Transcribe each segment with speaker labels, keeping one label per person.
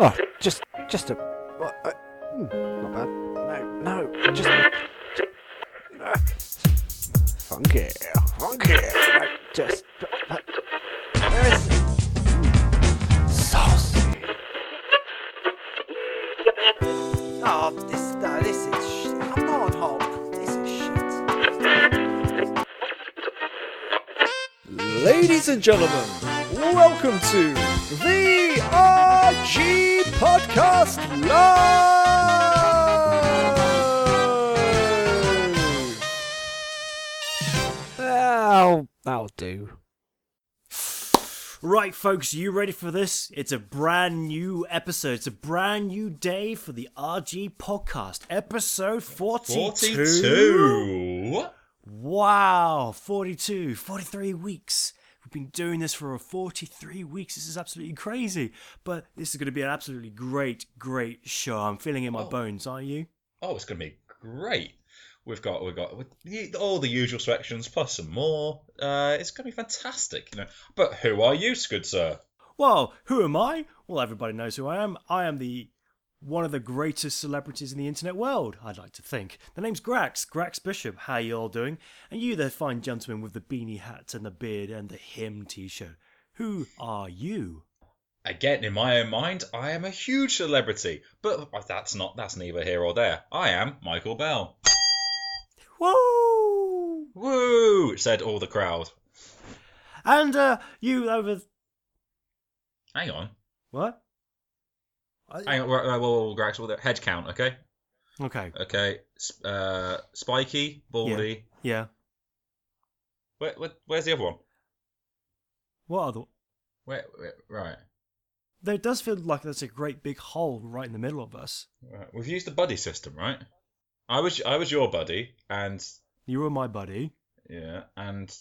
Speaker 1: Oh, just, just a. What, uh, hmm, not bad. No, no, just. Uh, funky, funky. No, just. Uh, where is it? Saucy. Oh, this, no, this is shit. I'm not on hold. This is shit.
Speaker 2: Ladies and gentlemen, welcome to the RG Podcast Live!
Speaker 1: That'll, that'll do.
Speaker 3: Right, folks, you ready for this? It's a brand new episode. It's a brand new day for the RG podcast, episode 42.
Speaker 4: 42.
Speaker 3: Wow, 42, 43 weeks. We've been doing this for 43 weeks. This is absolutely crazy. But this is going to be an absolutely great, great show. I'm feeling it in my
Speaker 4: Oh.
Speaker 3: bones, are you?
Speaker 4: Oh, it's going to be great. We've got we've got the- all the usual sections plus some more. Uh, it's going to be fantastic, you know. But who are you, good sir?
Speaker 3: Well, who am I? Well, everybody knows who I am. I am the one of the greatest celebrities in the internet world, I'd like to think. The name's Grax, Grax Bishop. How you all doing? And you, the fine gentleman with the beanie hat and the beard and the hymn t-shirt. Who are you?
Speaker 4: Again, in my own mind, I am a huge celebrity, but that's not that's neither here or there. I am Michael Bell.
Speaker 3: Whoa!
Speaker 4: Woo! Said all the crowd.
Speaker 3: And uh, you over
Speaker 4: Hang on,
Speaker 3: what? I-
Speaker 4: hang on. Right, right, whoa, whoa, whoa, Grax, whoa, head count, okay,
Speaker 3: Okay,
Speaker 4: okay. Sp- Uh, spiky, baldy.
Speaker 3: yeah.
Speaker 4: Where, where, where's the other one?
Speaker 3: What other?
Speaker 4: Where, where, right.
Speaker 3: There does feel like there's a great big hole right in the middle of us.
Speaker 4: Right, We've used the buddy system, right? I was I was your buddy, and
Speaker 3: You were my buddy.
Speaker 4: yeah, and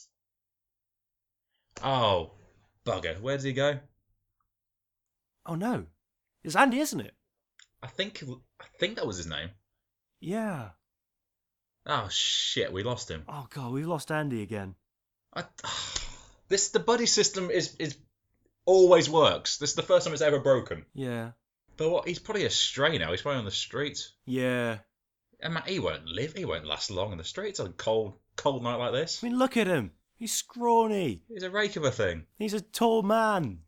Speaker 4: oh bugger, where did he go?
Speaker 3: Oh no, it's Andy, isn't it?
Speaker 4: I think I think that was his name.
Speaker 3: Yeah.
Speaker 4: Oh shit, we lost him.
Speaker 3: Oh god, we've lost Andy again.
Speaker 4: I, this the buddy system is is always works. This is the first time it's ever broken.
Speaker 3: Yeah.
Speaker 4: But what? He's probably a stray now. He's probably on the streets.
Speaker 3: Yeah.
Speaker 4: And man, he won't live. He won't last long in the streets on a cold cold night like this.
Speaker 3: I mean, look at him. He's scrawny.
Speaker 4: He's a rake of a thing.
Speaker 3: He's a tall man.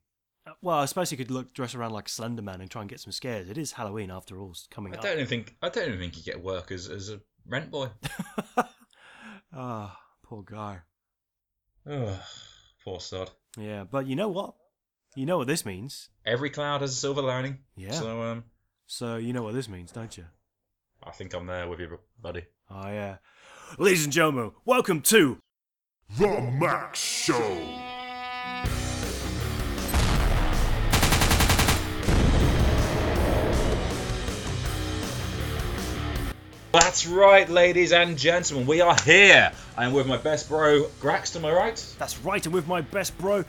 Speaker 4: Oh.
Speaker 3: Uh, Well, I suppose he could look dress around like Slender Man and try and get some scares. It is Halloween after all, it's coming
Speaker 4: I
Speaker 3: up.
Speaker 4: don't even think I don't even think he'd get work as as a rent boy.
Speaker 3: Ah, poor guy.
Speaker 4: Ugh, poor sod.
Speaker 3: Yeah, but you know what? You know what this means.
Speaker 4: Every cloud has a silver lining.
Speaker 3: Yeah.
Speaker 4: So um,
Speaker 3: So you know what this means, don't you?
Speaker 4: I think I'm there with you, buddy.
Speaker 3: Oh yeah. Ladies and gentlemen, welcome to
Speaker 2: The Max Show!
Speaker 4: That's right, ladies and gentlemen. We are here. I'm with my best bro, Grax, to my right.
Speaker 3: That's right, and with my best bro,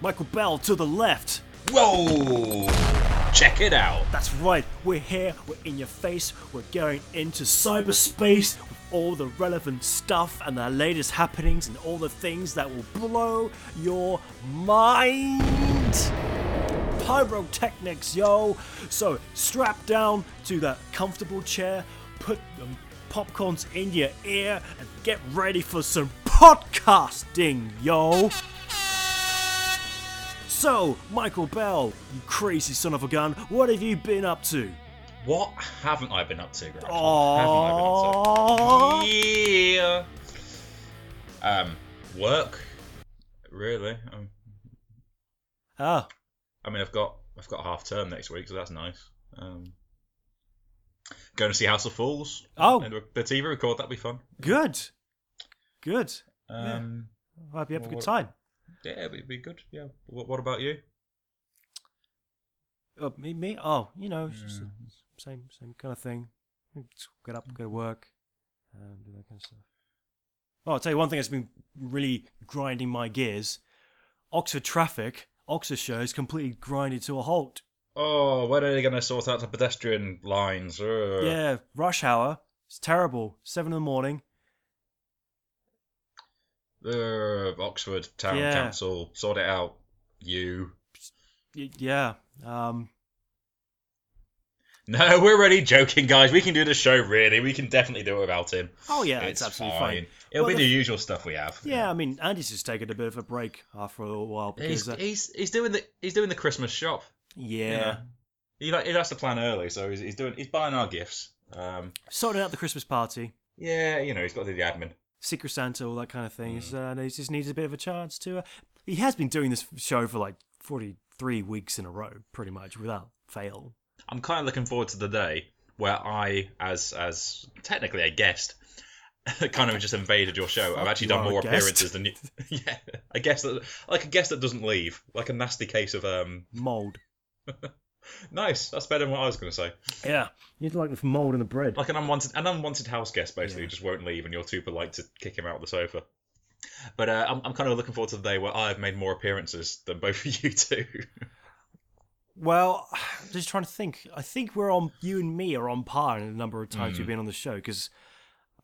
Speaker 3: Michael Bell to the left.
Speaker 4: Whoa! Check it out.
Speaker 3: That's right, we're here, we're in your face, we're going into cyberspace with all the relevant stuff and the latest happenings and all the things that will blow your mind. Pyrotechnics, yo! So strap down to that comfortable chair, put the popcorns in your ear, and get ready for some podcasting, yo! So, Michael Bell, you crazy son of a gun, what have you been up to?
Speaker 4: What haven't I been up to, Grax? What haven't I been up
Speaker 3: Oh,
Speaker 4: to? Yeah. Um, work. Really? Um,
Speaker 3: ah,
Speaker 4: I mean, I've got I've got half term next week, so that's nice. Um, going to see House of Fools.
Speaker 3: Oh.
Speaker 4: and the TV record that'd be fun.
Speaker 3: good, good.
Speaker 4: Um,
Speaker 3: I hope you have a
Speaker 4: Well,
Speaker 3: good
Speaker 4: what-
Speaker 3: time.
Speaker 4: yeah, it'd be good. Yeah. What, what about you?
Speaker 3: Uh, me, me? Oh, you know, it's just the same, same kind of thing. Just Get up, go to work, um, do that kind of stuff. Oh, I'll tell you one thing that's been really grinding my gears: Oxford traffic, Oxford shows completely grinded to a halt.
Speaker 4: Oh, when are they going to sort out the pedestrian lines? Ugh.
Speaker 3: Yeah, rush hour. It's terrible. Seven in the morning.
Speaker 4: Ugh, Oxford Town
Speaker 3: Yeah.
Speaker 4: Council, sort it out. You.
Speaker 3: Y- Yeah. Um,
Speaker 4: No, we're really joking, guys. We can do the show, really. We can definitely do it without him.
Speaker 3: Oh yeah, it's, absolutely fine.
Speaker 4: It'll
Speaker 3: Well,
Speaker 4: be the
Speaker 3: the-
Speaker 4: usual stuff we have.
Speaker 3: Yeah, I mean, Andy's just taking a bit of a break after a little while
Speaker 4: He's,
Speaker 3: because uh,
Speaker 4: he's he's doing the he's doing the Christmas shop.
Speaker 3: yeah,
Speaker 4: He like he likes to plan early, so he's, he's doing he's buying our gifts. Um,
Speaker 3: sorting out the Christmas party,
Speaker 4: yeah, you know he's got to do the admin.
Speaker 3: Secret Santa, all that kind of thing. It's, Uh, and he just needs a bit of a chance to. Uh, he has been doing this show for like forty-three weeks in a row, pretty much without fail.
Speaker 4: I'm kind of looking forward to the day where I, as as technically a guest, kind of just invaded your show. I've
Speaker 3: Fuck,
Speaker 4: actually
Speaker 3: you
Speaker 4: done
Speaker 3: are a
Speaker 4: more
Speaker 3: guest.
Speaker 4: appearances than you. yeah, a guest that like a guest that doesn't leave, like a nasty case of um.
Speaker 3: Mold.
Speaker 4: Nice, that's better than what I was going to say.
Speaker 3: Yeah, you'd like the mold in the bread.
Speaker 4: Like an unwanted an unwanted house guest basically who just won't leave, and you're too polite to kick him out of the sofa. But uh, I'm, I'm kind of looking forward to the day where I've made more appearances than both of you two.
Speaker 3: Well, just trying to think. I think we're on. You and me are on par in the number of times we've been on the show because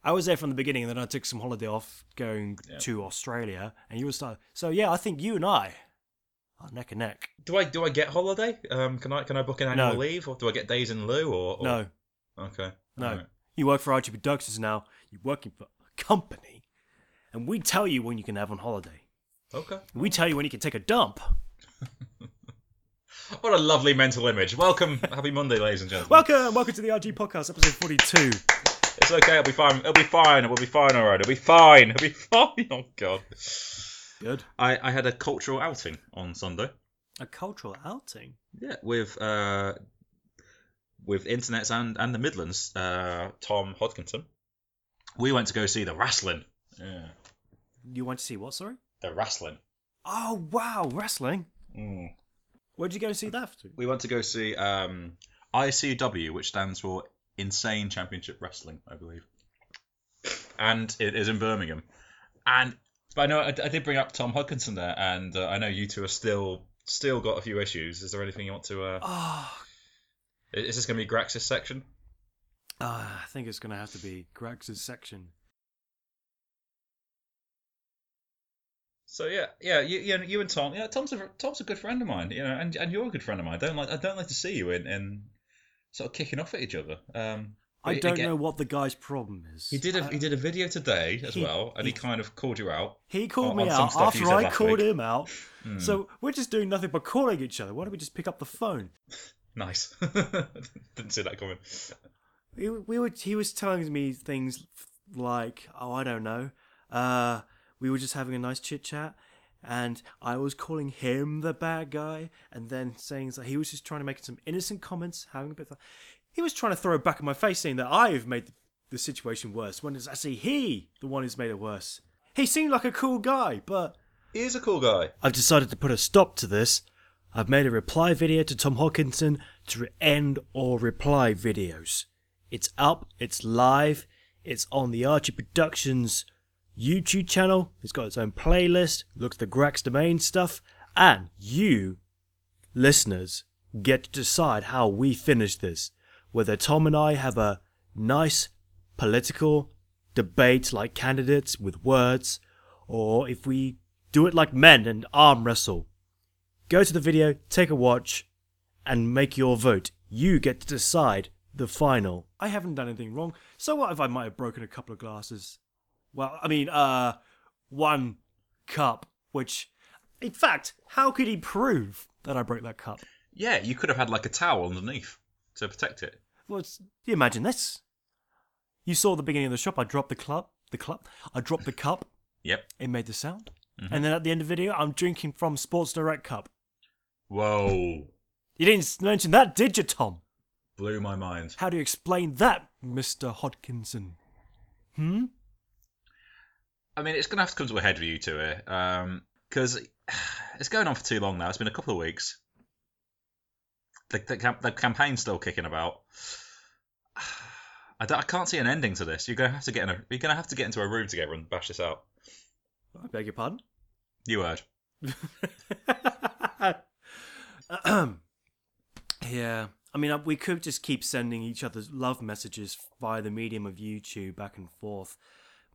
Speaker 3: I was there from the beginning, and then I took some holiday off going to Australia, and you were starting. So yeah, I think you and I are neck and neck.
Speaker 4: do I do I get holiday? Um, can I can I book an annual
Speaker 3: No.
Speaker 4: leave, or do I get days in lieu? Or, or...
Speaker 3: No,
Speaker 4: okay,
Speaker 3: no.
Speaker 4: Alright.
Speaker 3: You work for RG Productions now. You're working for a company, and we tell you when you can have on holiday.
Speaker 4: Okay.
Speaker 3: We tell you when you can take a dump.
Speaker 4: What a lovely mental image. Welcome. Happy Monday, ladies and gentlemen.
Speaker 3: Welcome, welcome to the RG Podcast, episode forty-two.
Speaker 4: It's okay. It'll be fine. It'll be fine. It'll be fine. All right. It'll be fine. It'll be fine. Oh, God.
Speaker 3: Good.
Speaker 4: I, I had a cultural outing on Sunday.
Speaker 3: A cultural outing.
Speaker 4: Yeah. With uh, with Internets and, and the Midlands, uh, Tom Hodkinson. We went to go see the wrestling. Yeah.
Speaker 3: You want to see what? Sorry.
Speaker 4: The wrestling.
Speaker 3: Oh wow, wrestling.
Speaker 4: Mm.
Speaker 3: Where'd you go see that? To?
Speaker 4: We went to go see um, ICW, which stands for Insane Championship Wrestling, I believe. And it is in Birmingham. And but I know I, I did bring up Tom Hodkinson there, and uh, I know you two are still still got a few issues. Is there anything you want to? Uh,
Speaker 3: Oh,
Speaker 4: i- is this going to be Grax's section?
Speaker 3: I think it's going to have to be Greg's section.
Speaker 4: So yeah, yeah, you, you, you and Tom, yeah, Tom's a Tom's a good friend of mine, you know, and, and you're a good friend of mine. I don't like I don't like to see you in, in sort of kicking off at each other. Um,
Speaker 3: I
Speaker 4: but
Speaker 3: don't
Speaker 4: again-
Speaker 3: know what the guy's problem is. Uh,
Speaker 4: He did a
Speaker 3: I-
Speaker 4: he did a video today as
Speaker 3: he-
Speaker 4: well, and he,
Speaker 3: he-
Speaker 4: kind of called you out.
Speaker 3: He called
Speaker 4: on-
Speaker 3: me
Speaker 4: on some
Speaker 3: out
Speaker 4: stuff
Speaker 3: after
Speaker 4: you said Hmm.
Speaker 3: I
Speaker 4: last
Speaker 3: called
Speaker 4: week.
Speaker 3: him out. So we're just doing nothing but calling each other. Why don't we just pick up the phone?
Speaker 4: Nice. Didn't see that coming.
Speaker 3: He, we were, he was telling me things like, oh, I don't know. Uh, we were just having a nice chit chat, and I was calling him the bad guy, and then saying that he was just trying to make some innocent comments, having a bit of. He was trying to throw it back in my face, saying that I've made the situation worse, when it's actually he, the one who's made it worse. He seemed like a cool guy, but
Speaker 4: He is a cool guy.
Speaker 3: I've decided to put a stop to this. I've made a reply video to Tom Hawkinson to re- end all reply videos. It's up, it's live, it's on the Archie Productions YouTube channel. It's got its own playlist, look at the Grax Domain stuff, and you, listeners, get to decide how we finish this. Whether Tom and I have a nice political debate like candidates with words, or if we do it like men and arm wrestle. Go to the video, take a watch, and make your vote. You get to decide the final. I haven't done anything wrong. So what if I might have broken a couple of glasses? Well, I mean, uh, one cup, which, in fact, how could he prove that I broke that cup?
Speaker 4: Yeah, you could have had like a towel underneath to protect it.
Speaker 3: Well, it's, you imagine this. You saw the beginning of the shop. I dropped the club, the club. I dropped the cup.
Speaker 4: Yep.
Speaker 3: It made the sound. And then at the end of the video, I'm drinking from Sports Direct cup.
Speaker 4: Whoa.
Speaker 3: You didn't s- mention that, did you, Tom?
Speaker 4: Blew my mind.
Speaker 3: How do you explain that, Mr. Hodkinson? Hmm?
Speaker 4: I mean, it's gonna have to come to a head for you two here, um, because it's going on for too long now. It's been a couple of weeks. The the, camp- the campaign's still kicking about. I, don't- I can't see an ending to this. You're gonna have to get in a, you're gonna have to get into a room together and bash this out.
Speaker 3: I beg your pardon?
Speaker 4: You heard.
Speaker 3: Ahem. yeah. I mean, uh, we could just keep sending each other love messages via the medium of YouTube back and forth.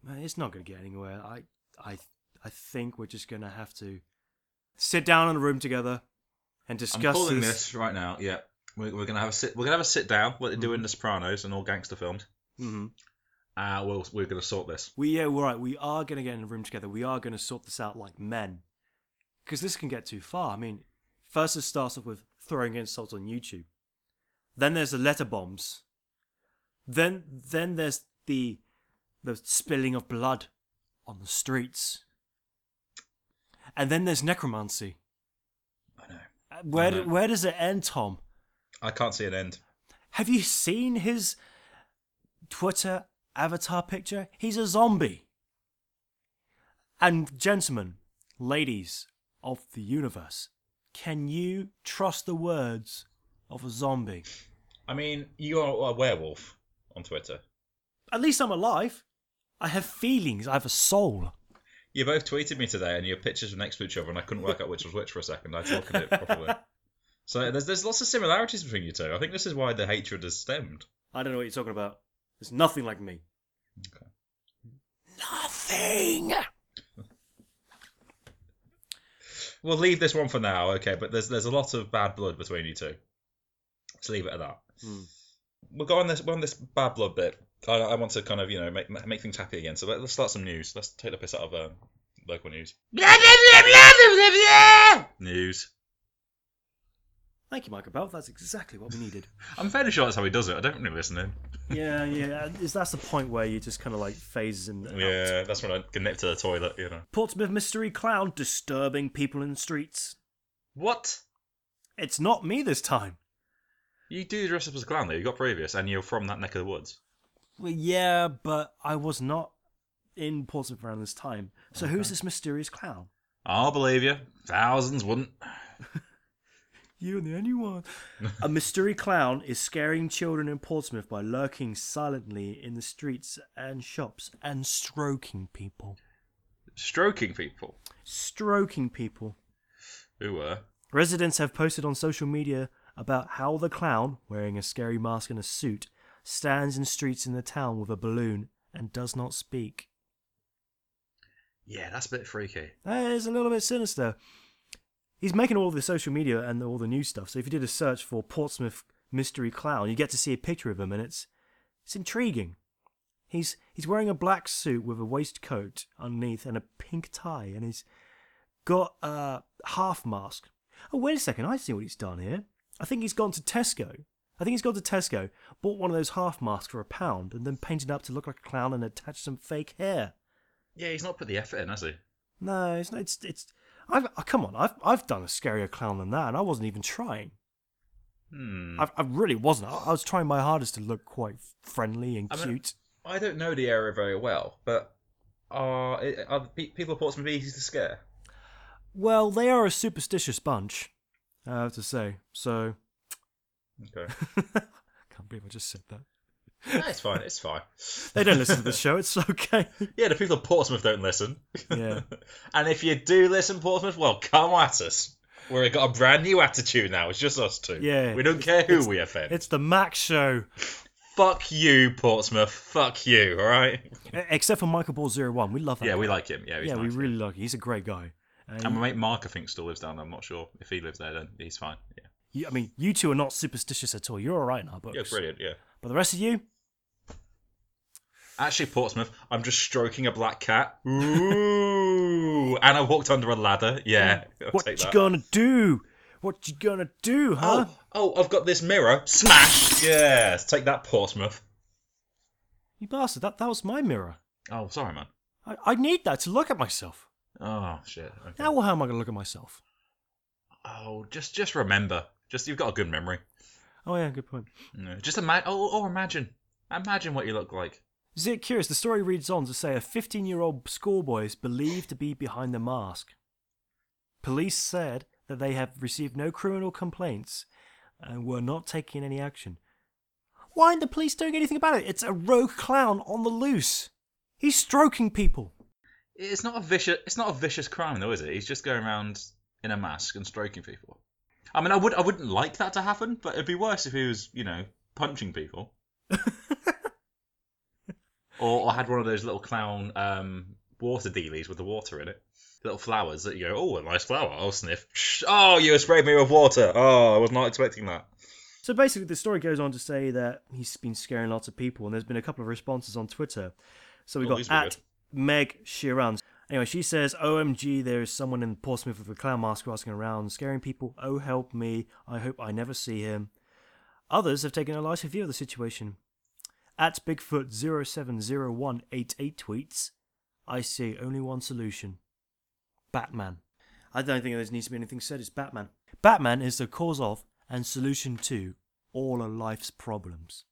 Speaker 3: Man, it's not going to get anywhere. I, I, I think we're just going to have to sit down in a room together and discuss
Speaker 4: I'm calling
Speaker 3: this.
Speaker 4: this right now. Yeah, We're, we're gonna have a sit. We're gonna have a sit down, like they do in The Sopranos and all gangster films.
Speaker 3: hmm
Speaker 4: Uh, we'll, we're gonna sort this.
Speaker 3: We yeah, we're right. We are going to get in a room together. We are going to sort this out like men, because this can get too far. I mean, first it starts off with throwing insults on YouTube. Then there's the letter bombs. Then then there's the the spilling of blood on the streets. And then there's necromancy.
Speaker 4: I know.
Speaker 3: Uh, Where
Speaker 4: know.
Speaker 3: where does it end, Tom?
Speaker 4: I can't see an end.
Speaker 3: Have you seen his Twitter avatar picture? He's a zombie. And, gentlemen, ladies of the universe, can you trust the words of a zombie?
Speaker 4: I mean, you are a werewolf on Twitter.
Speaker 3: At least I'm alive. I have feelings. I have a soul.
Speaker 4: You both tweeted me today, and your pictures were next to each other, and I couldn't work out which was which for a second. I had to look at it properly. So there's there's lots of similarities between you two. I think this is why the hatred has stemmed.
Speaker 3: I don't know what you're talking about. It's nothing like me.
Speaker 4: Okay.
Speaker 3: Nothing!
Speaker 4: We'll leave this one for now, okay? But there's there's a lot of bad blood between you two. Let's leave it at that.
Speaker 3: Hmm.
Speaker 4: We'll go on this we're on this bad blood bit. I, I want to kind of you know make make things happy again. So let, let's start some news. Let's take the piss out of um, local news. news.
Speaker 3: Thank you, Michael Bell. That's exactly what we needed.
Speaker 4: I'm fairly sure that's how he does it. I don't really listen in.
Speaker 3: yeah, yeah. Is that's the point where you just kind of like phase him out?
Speaker 4: Yeah, that's when I get nipped to the toilet. You know
Speaker 3: Portsmouth mystery clown disturbing people in the streets.
Speaker 4: what?
Speaker 3: It's not me this time.
Speaker 4: You do dress up as a clown though. You got previous, and you're from that neck of the woods.
Speaker 3: Well, yeah, but I was not in Portsmouth around this time. So who's this mysterious clown?
Speaker 4: I'll believe you. Thousands wouldn't.
Speaker 3: You're the only one. a mystery clown is scaring children in Portsmouth by lurking silently in the streets and shops and stroking people.
Speaker 4: Stroking people
Speaker 3: Stroking people.
Speaker 4: who were
Speaker 3: Residents have posted on social media about how the clown, wearing a scary mask and a suit, stands in streets in the town with a balloon and does not speak.
Speaker 4: yeah, that's a bit freaky.
Speaker 3: That is a little bit sinister. He's making all the social media and all the news stuff. So if you did a search for Portsmouth mystery clown, you get to see a picture of him, and it's it's intriguing. He's he's wearing a black suit with a waistcoat underneath and a pink tie, and he's got a half mask. Oh wait a second, I see what he's done here. I think he's gone to Tesco. I think he's gone to Tesco, bought one of those half masks for a pound, and then painted up to look like a clown and attached some fake hair.
Speaker 4: Yeah, he's not put the effort in, has he?
Speaker 3: No, it's not, it's it's. I've oh, come on. I've I've done a scarier clown than that, and I wasn't even trying.
Speaker 4: Hmm.
Speaker 3: I, I really wasn't. I, I was trying my hardest to look quite friendly and
Speaker 4: I mean-
Speaker 3: cute.
Speaker 4: I don't know the area very well, but are are the pe- people at Portsmouth easy to scare?
Speaker 3: Well, they are a superstitious bunch, I have to say. So
Speaker 4: Okay,
Speaker 3: can't believe I just said that.
Speaker 4: no, it's fine. It's fine.
Speaker 3: They don't listen to the show. It's okay.
Speaker 4: Yeah, the people at Portsmouth don't listen.
Speaker 3: Yeah.
Speaker 4: and if you do listen, Portsmouth, well, come at us. We've got a brand new attitude now. It's just us two.
Speaker 3: Yeah.
Speaker 4: we don't care who we offend.
Speaker 3: It's the Max show,
Speaker 4: Fuck you, Portsmouth. Fuck you. All right.
Speaker 3: E- except for Michael Ball Zero One. We love that.
Speaker 4: Yeah, we
Speaker 3: guy.
Speaker 4: like him. Yeah, he's
Speaker 3: Yeah,
Speaker 4: nice.
Speaker 3: we really like. Him. He's a great guy. And
Speaker 4: And my mate Mark, I think, still lives down there. I'm not sure if he lives there. Then he's fine. Yeah,
Speaker 3: you, I mean, you two are not superstitious at all. You're all right in our books.
Speaker 4: yeah, brilliant. Yeah.
Speaker 3: But the rest of you,
Speaker 4: Actually, Portsmouth, I'm just stroking a black cat. Ooh. and I walked under a ladder. Yeah. I'll
Speaker 3: what you
Speaker 4: take that.
Speaker 3: gonna do? What you gonna do, huh?
Speaker 4: Oh, oh, I've got this mirror. Smash. Yes. Take that, Portsmouth.
Speaker 3: You bastard, that, that was my mirror.
Speaker 4: Oh, sorry, man.
Speaker 3: I, I need that to look at myself.
Speaker 4: Oh, shit. Okay.
Speaker 3: Now, how am I going to look at myself?
Speaker 4: Oh, just just remember. Just you've got a good memory.
Speaker 3: Oh, yeah, good point.
Speaker 4: Yeah, Just imagine. Oh, or imagine. Imagine what you look like.
Speaker 3: Is it curious? The story reads on to say a 15 year old schoolboy is believed to be behind the mask. Police said that they have received no criminal complaints and were not taking any action. Why aren't the police doing anything about it? It's a rogue clown on the loose. He's stroking people.
Speaker 4: It's not a vicious. It's not a vicious crime though, is it? He's just going around in a mask and stroking people. I mean, I would. I wouldn't like that to happen, but it'd be worse if he was, you know, punching people. or, or had one of those little clown um, water dealies with the water in it. Little flowers that you go, oh, a nice flower. I'll sniff. Shh. Oh, you sprayed me with water. Oh, I was not expecting that.
Speaker 3: So basically, the story goes on to say that he's been scaring lots of people, and there's been a couple of responses on Twitter. So we
Speaker 4: Oh,
Speaker 3: got
Speaker 4: these were
Speaker 3: at Meg Sheeran. Anyway, she says, "OMG, there is someone in Portsmouth with a clown mask asking around, scaring people. Oh, help me! I hope I never see him." Others have taken a lighter view of the situation. At Bigfoot 070188 tweets, "I see only one solution: Batman." I don't think there needs to be anything said. It's Batman. Batman is the cause of and solution to all of life's problems.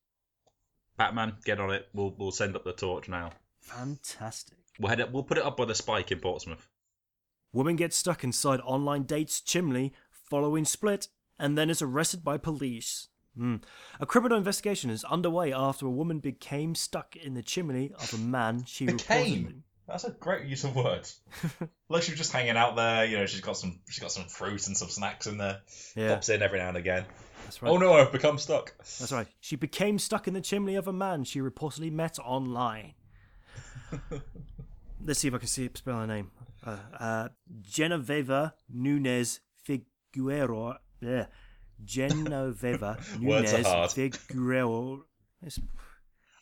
Speaker 4: Batman, get on it. We'll we'll send up the torch now.
Speaker 3: Fantastic.
Speaker 4: We'll head up, We'll put it up by the spike in Portsmouth.
Speaker 3: Woman gets stuck inside online dates chimney following split and then is arrested by police. Hmm. A criminal investigation is underway after a woman became stuck in the chimney of a man she reportedly.
Speaker 4: Became. That's a great use of words. like she was just hanging out there. You know, she's got some she's got some fruit and some snacks in there.
Speaker 3: Yeah,
Speaker 4: Pops in every now and again.
Speaker 3: that's right.
Speaker 4: Oh no, I've become stuck.
Speaker 3: That's right. She became stuck in the chimney of a man she reportedly met online. Let's see if I can see spell her name. Uh, uh, Genoveva Nunez Figueroa. bleh. Genoveva
Speaker 4: Words are
Speaker 3: Nunez
Speaker 4: hard.
Speaker 3: Figueroa. It's-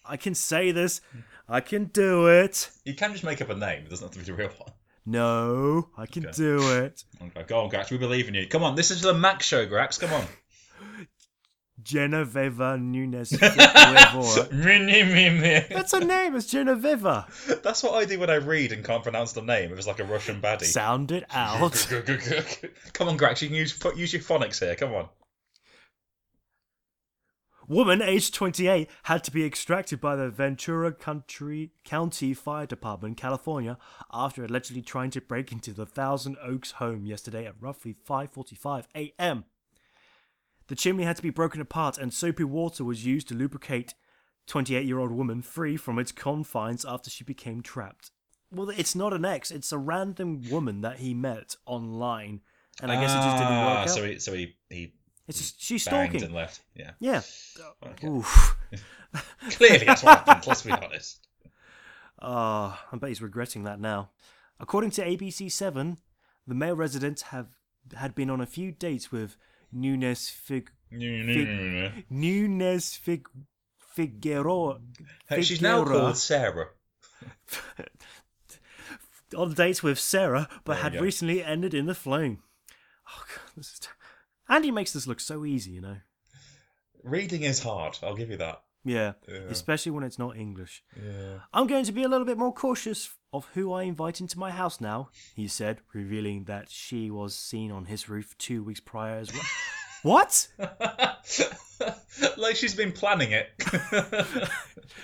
Speaker 3: I can say this. I can do it.
Speaker 4: You can just make up a name. It doesn't have to be the real one.
Speaker 3: No, I can
Speaker 4: Okay.
Speaker 3: do it.
Speaker 4: Okay, go on, Grax. We believe in you. Come on, this is the Max show, Grax. Come on.
Speaker 3: Genoveva Nunez Figueroa.
Speaker 4: Me, me, me, me.
Speaker 3: That's her name. It's Genoveva.
Speaker 4: That's what I do when I read and can't pronounce the name. It was like a Russian baddie.
Speaker 3: Sound it out.
Speaker 4: Come on, Grax. You can use put, use your phonics here. Come on.
Speaker 3: Woman, aged 28, had to be extracted by the Ventura Country County Fire Department, California, after allegedly trying to break into the Thousand Oaks home yesterday at roughly 5:45 a.m. The chimney had to be broken apart, and soapy water was used to lubricate 28-year-old woman free from its confines after she became trapped. Well, it's not an ex; it's a random woman that he met online, and I guess it just didn't
Speaker 4: Ah,
Speaker 3: work out.
Speaker 4: So he, so he, he
Speaker 3: it's just, she's
Speaker 4: banged
Speaker 3: stalking.
Speaker 4: and left. Yeah.
Speaker 3: Yeah.
Speaker 4: Okay.
Speaker 3: Oof.
Speaker 4: Clearly, that's what happened. Let's be honest.
Speaker 3: Ah, I bet he's regretting that now. According to ABC7, the male residents have had been on a few dates with Nunes Fig
Speaker 4: Hey,
Speaker 3: Nunes Fig Figueroa.
Speaker 4: She's now
Speaker 3: Figueroa
Speaker 4: called Sarah.
Speaker 3: on dates with Sarah, but
Speaker 4: There we
Speaker 3: had
Speaker 4: go.
Speaker 3: recently ended in the flame. Oh god, this is. T- Andy makes this look so easy, you know.
Speaker 4: Reading is hard. I'll give you that.
Speaker 3: Yeah,
Speaker 4: Yeah.
Speaker 3: especially when it's not English.
Speaker 4: Yeah.
Speaker 3: I'm going to be a little bit more cautious of who I invite into my house now, he said, revealing that she was seen on his roof two weeks prior as well. what?
Speaker 4: like she's been planning it.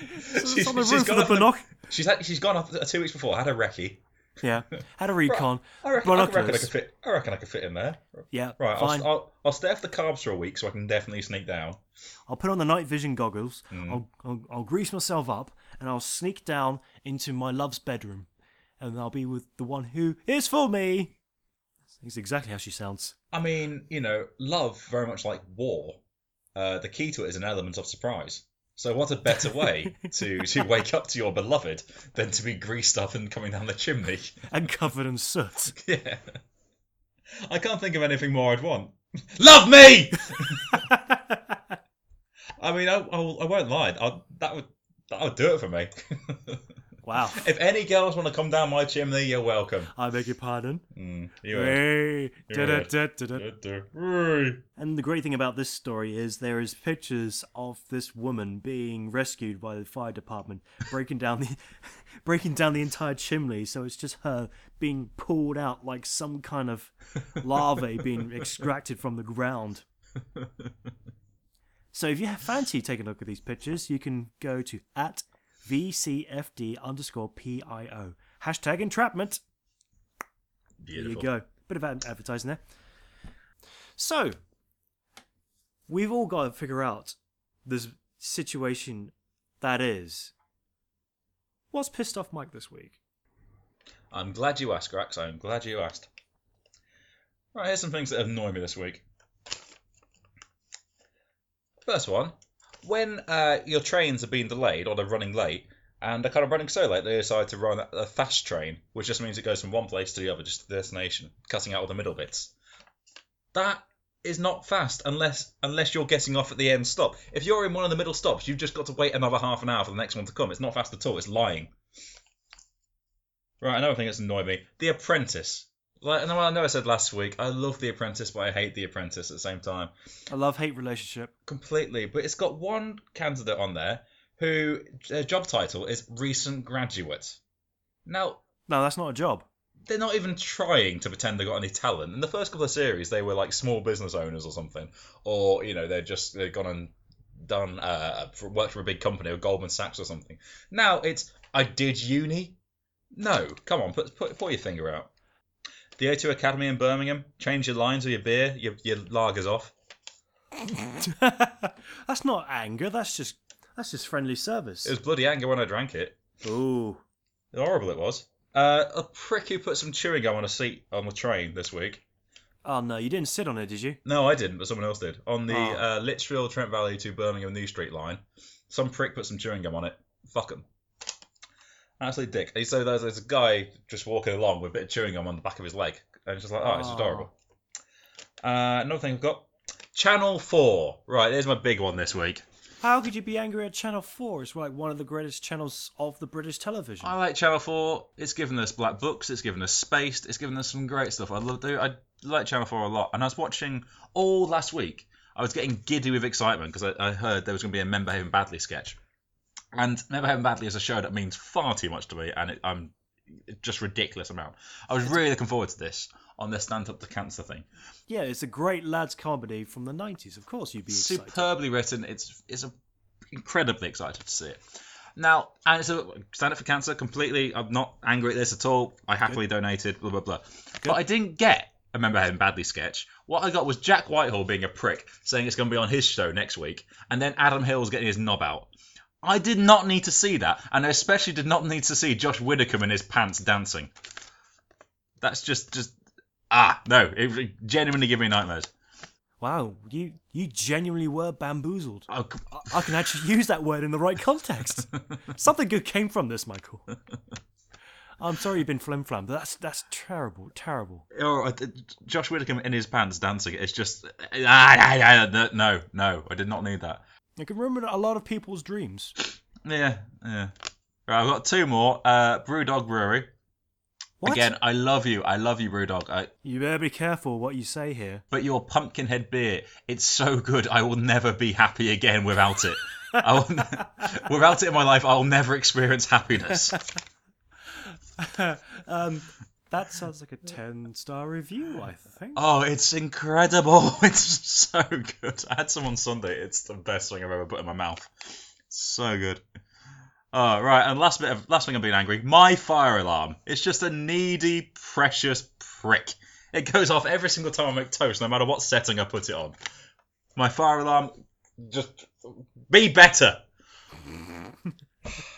Speaker 3: It's
Speaker 4: she's,
Speaker 3: on the
Speaker 4: she's
Speaker 3: roof
Speaker 4: gone
Speaker 3: of the
Speaker 4: off the-
Speaker 3: binoc.
Speaker 4: she's had, she's gone off uh, two weeks before. Had a recce.
Speaker 3: Yeah, had a recon.
Speaker 4: I reckon, I reckon I
Speaker 3: Binoculars.
Speaker 4: could fit. I reckon I could fit in there.
Speaker 3: Yeah,
Speaker 4: Right.
Speaker 3: fine.
Speaker 4: I'll,
Speaker 3: I'll,
Speaker 4: I'll, I'll stay off the carbs for a week, so I can definitely sneak down.
Speaker 3: put on the night vision goggles.
Speaker 4: Mm.
Speaker 3: I'll, I'll, I'll grease myself up and I'll sneak down into my love's bedroom, and I'll be with the one who is for me. That's exactly how she sounds.
Speaker 4: I mean, you know, love very much like war. Uh, the key to it is an element of surprise. So what a better way to to wake up to your beloved than to be greased up and coming down the chimney?
Speaker 3: And covered in soot.
Speaker 4: yeah. I can't think of anything more I'd want. Love me. I mean, I, I, will- I won't lie. I, that would that would do it for me.
Speaker 3: Wow.
Speaker 4: if any girls want to come down my chimney, you're welcome.
Speaker 3: I beg your pardon.
Speaker 4: Mm, you're
Speaker 3: Hey,
Speaker 4: You're right.
Speaker 3: da-da-da-da-da.
Speaker 4: welcome.
Speaker 3: And the great thing about this story is there is pictures of this woman being rescued by the fire department, breaking down the breaking down the entire chimney. So it's just her being pulled out like some kind of larvae being extracted from the ground. So if you have fancy taking a look at these pictures, you can go to at VCFD underscore PIO. Hashtag entrapment.
Speaker 4: Beautiful.
Speaker 3: There you go. Bit of ad- advertising there. So, we've all got to figure out this situation that is. What's pissed off Mike this week?
Speaker 4: I'm glad you asked, Grax. I'm glad you asked. Right, here's some things that annoy me this week. First one, when uh, your trains are being delayed or they're running late, and they're kind of running so late they decide to run a fast train, which just means it goes from one place to the other, just to the destination, cutting out all the middle bits. That is not fast unless unless you're getting off at the end stop. If you're in one of the middle stops, you've just got to wait another half an hour for the next one to come. It's not fast at all. It's lying. Right, another thing that's annoyed me: The Apprentice. Like, and I know I said last week, I love The Apprentice, but I hate The Apprentice at the same time
Speaker 3: A love hate relationship.
Speaker 4: completely. But it's got one candidate on there who uh, job title is recent graduate. Now
Speaker 3: No, that's not a job.
Speaker 4: they're not even trying to pretend they got any talent. In the first couple of series, they were like small business owners or something, or you know they're just they've gone and done uh for, worked for a big company or Goldman Sachs or something. Now it's I did uni. No, come on, put put, put your finger out. The O2 Academy in Birmingham. Change your lines of your beer. Your your lager's off.
Speaker 3: that's not anger. That's just that's just friendly service.
Speaker 4: It was bloody anger when I drank it.
Speaker 3: Ooh,
Speaker 4: Horrible it was. Uh, a prick who put some chewing gum on a seat on the train this week.
Speaker 3: oh no, you didn't sit on it, did you?
Speaker 4: No, I didn't, but someone else did. On the
Speaker 3: Oh.
Speaker 4: uh, Litchfield Trent Valley to Birmingham New Street line, some prick put some chewing gum on it. Fuck 'em. Absolute dick. And So there's, there's a guy just walking along with a bit of chewing gum on the back of his leg, and it's just like, oh, this is
Speaker 3: Oh.
Speaker 4: adorable. Uh, another thing I've got. Channel Four. Right, there's my big one this week.
Speaker 3: How could you be angry at Channel Four? It's like one of the greatest channels of the British television.
Speaker 4: I like Channel Four. It's given us Black Books. It's given us Spaced. It's given us some great stuff. I love. I like Channel Four a lot. And I was watching all last week. I was getting giddy with excitement because I, I heard there was going to be a Member Haven Badly sketch. And Member Haven Badly is a show that means far too much to me, and it, I'm just ridiculous amount. I was really looking forward to this on the Stand Up to Cancer thing.
Speaker 3: yeah, it's a great lads comedy from the '90s. Of course, you'd be excited.
Speaker 4: superbly written. It's it's a, incredibly excited to see it. Now, and it's a stand up for cancer. Completely, I'm not angry at this at all. I happily donated. Blah blah blah. But I didn't get a member having badly sketch. What I got was Jack Whitehall being a prick, saying it's going to be on his show next week, and then Adam Hill's getting his knob out. I did not need to see that, and I especially did not need to see Josh Widdicombe in his pants dancing. That's just just ah no, it genuinely gave me nightmares.
Speaker 3: Wow, you you genuinely were bamboozled.
Speaker 4: Oh, come-
Speaker 3: I can actually use that word in the right context. Something good came from this, Michael. I'm sorry you've been flim flam, but that's that's terrible, terrible.
Speaker 4: or uh, Josh Whittaker in his pants dancing. It's just ah, ah, ah, no, no, I did not need that.
Speaker 3: It can ruin a lot of people's dreams.
Speaker 4: Yeah, yeah. Right, I've got two more. Uh, Brewdog Brewery.
Speaker 3: What?
Speaker 4: Again, I love you. I love you, Brewdog. I,
Speaker 3: You better be careful what you say here.
Speaker 4: but your Pumpkinhead beer, it's so good. I will never be happy again without it. I will ne- without it in my life, I will never experience happiness.
Speaker 3: Um, that sounds like a ten-star review, I think.
Speaker 4: Oh, it's incredible. It's so good. I had some on Sunday. It's the best thing I've ever put in my mouth. So good. Uh, right, and last bit of last thing I'm being angry. My fire alarm. It's just a needy, precious prick. It goes off every single time I make toast, no matter what setting I put it on. My fire alarm just be better.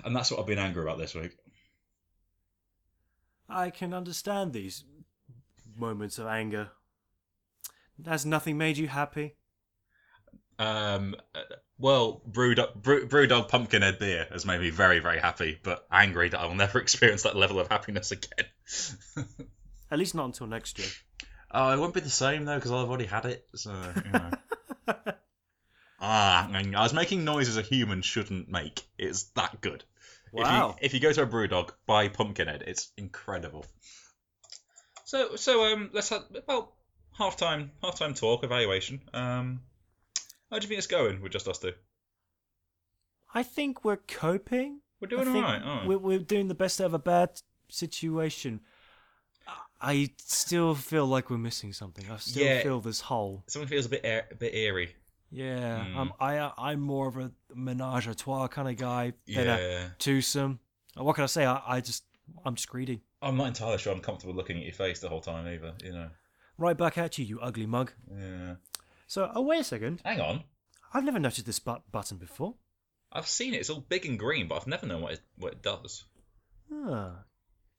Speaker 4: and that's what I've been angry about this week.
Speaker 3: I can understand these moments of anger. Has nothing made you happy?
Speaker 4: Um, uh, well, Brewdog, Brew, Brewdog Pumpkinhead beer has made me very, very happy, but angry that I will never experience that level of happiness again.
Speaker 3: At least not until next year.
Speaker 4: oh, it won't be the same though because I've already had it. So you know. ah, and I was making noises a human shouldn't make. It's that good.
Speaker 3: Wow.
Speaker 4: If you, if you go to a Brewdog, buy Pumpkinhead. It's incredible. So, so um, let's have about half time, half time talk evaluation. Um, how do you think it's going with just us two?
Speaker 3: I think we're coping.
Speaker 4: We're
Speaker 3: I
Speaker 4: doing all
Speaker 3: think
Speaker 4: right, aren't we?
Speaker 3: We're, we're doing the best out of a bad situation. I still feel like we're missing something. I still
Speaker 4: Yeah.
Speaker 3: feel this hole.
Speaker 4: Something feels a bit air, a bit eerie.
Speaker 3: Yeah,
Speaker 4: Hmm.
Speaker 3: um, I, I'm more of a menage a trois kind of guy than
Speaker 4: Yeah.
Speaker 3: a twosome. Uh, What can I say? I, I just, I'm just greedy.
Speaker 4: I'm not entirely sure I'm comfortable looking at your face the whole time either. You know.
Speaker 3: Right back at you, you ugly mug.
Speaker 4: Yeah.
Speaker 3: So, oh, wait a second.
Speaker 4: Hang on.
Speaker 3: I've never noticed this but- button before.
Speaker 4: I've seen it. It's all big and green, but I've never known what it, what it does.
Speaker 3: Ah.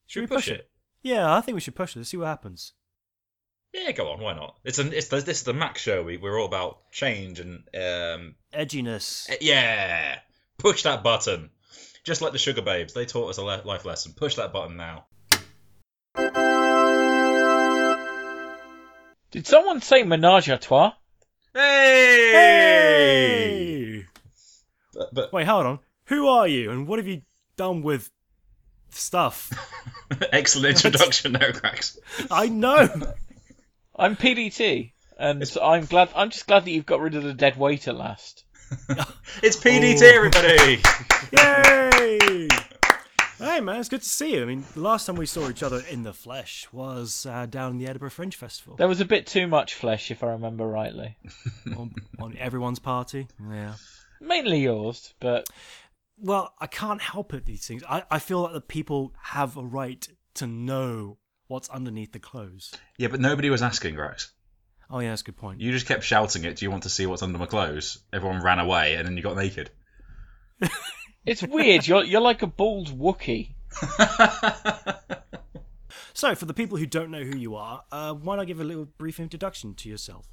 Speaker 4: Should we push it?
Speaker 3: Yeah, I think we should push this, see what happens.
Speaker 4: Yeah, go on. Why not? It's an it's the, this is the Max show. We we're all about change and um
Speaker 3: Edginess.
Speaker 4: eh, yeah. Push that button. Just like the Sugar Babes, they taught us a le- life lesson. Push that button now.
Speaker 5: Did someone say menage a trois?
Speaker 4: Hey!
Speaker 3: Hey!
Speaker 4: But, but
Speaker 3: Wait, hold on. Who are you and what have you done with stuff?
Speaker 4: excellent introduction there, Cracks.
Speaker 3: I know.
Speaker 5: I'm PDT, and I'm glad. I'm just glad that you've got rid of the dead waiter last.
Speaker 4: It's PDT, everybody.
Speaker 3: Yay! Hey man, it's good to see you. I mean, the last time we saw each other in the flesh was uh, down in the Edinburgh Fringe Festival
Speaker 5: There was a bit too much flesh, if I remember rightly.
Speaker 3: on, on everyone's party. Yeah.
Speaker 5: Mainly yours, but
Speaker 3: Well, I can't help it. These things. I, I feel like the people have a right to know what's underneath the clothes.
Speaker 4: Yeah, but nobody was asking, Grax.
Speaker 3: Oh yeah, that's a good point.
Speaker 4: You just kept shouting it. Do you want to see what's under my clothes? Everyone ran away, and then you got naked.
Speaker 5: it's weird. You're you're like a bald Wookie.
Speaker 3: So, for the people who don't know who you are, uh, why not give a little brief introduction to yourself?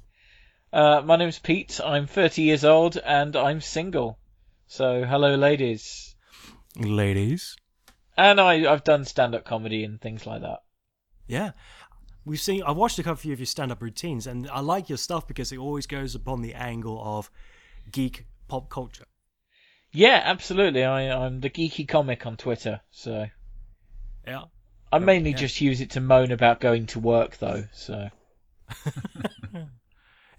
Speaker 5: Uh, my name's Pete. I'm 30 years old, and I'm single. So hello, ladies.
Speaker 3: Ladies.
Speaker 5: And I I've done stand up comedy and things like that.
Speaker 3: Yeah. We've seen I've watched a couple of your stand up routines and I like your stuff because it always goes upon the angle of geek pop culture.
Speaker 5: Yeah, absolutely. I I'm the geeky comic on Twitter, so
Speaker 3: Yeah.
Speaker 5: I mainly
Speaker 3: yeah.
Speaker 5: just use it to moan about going to work though. So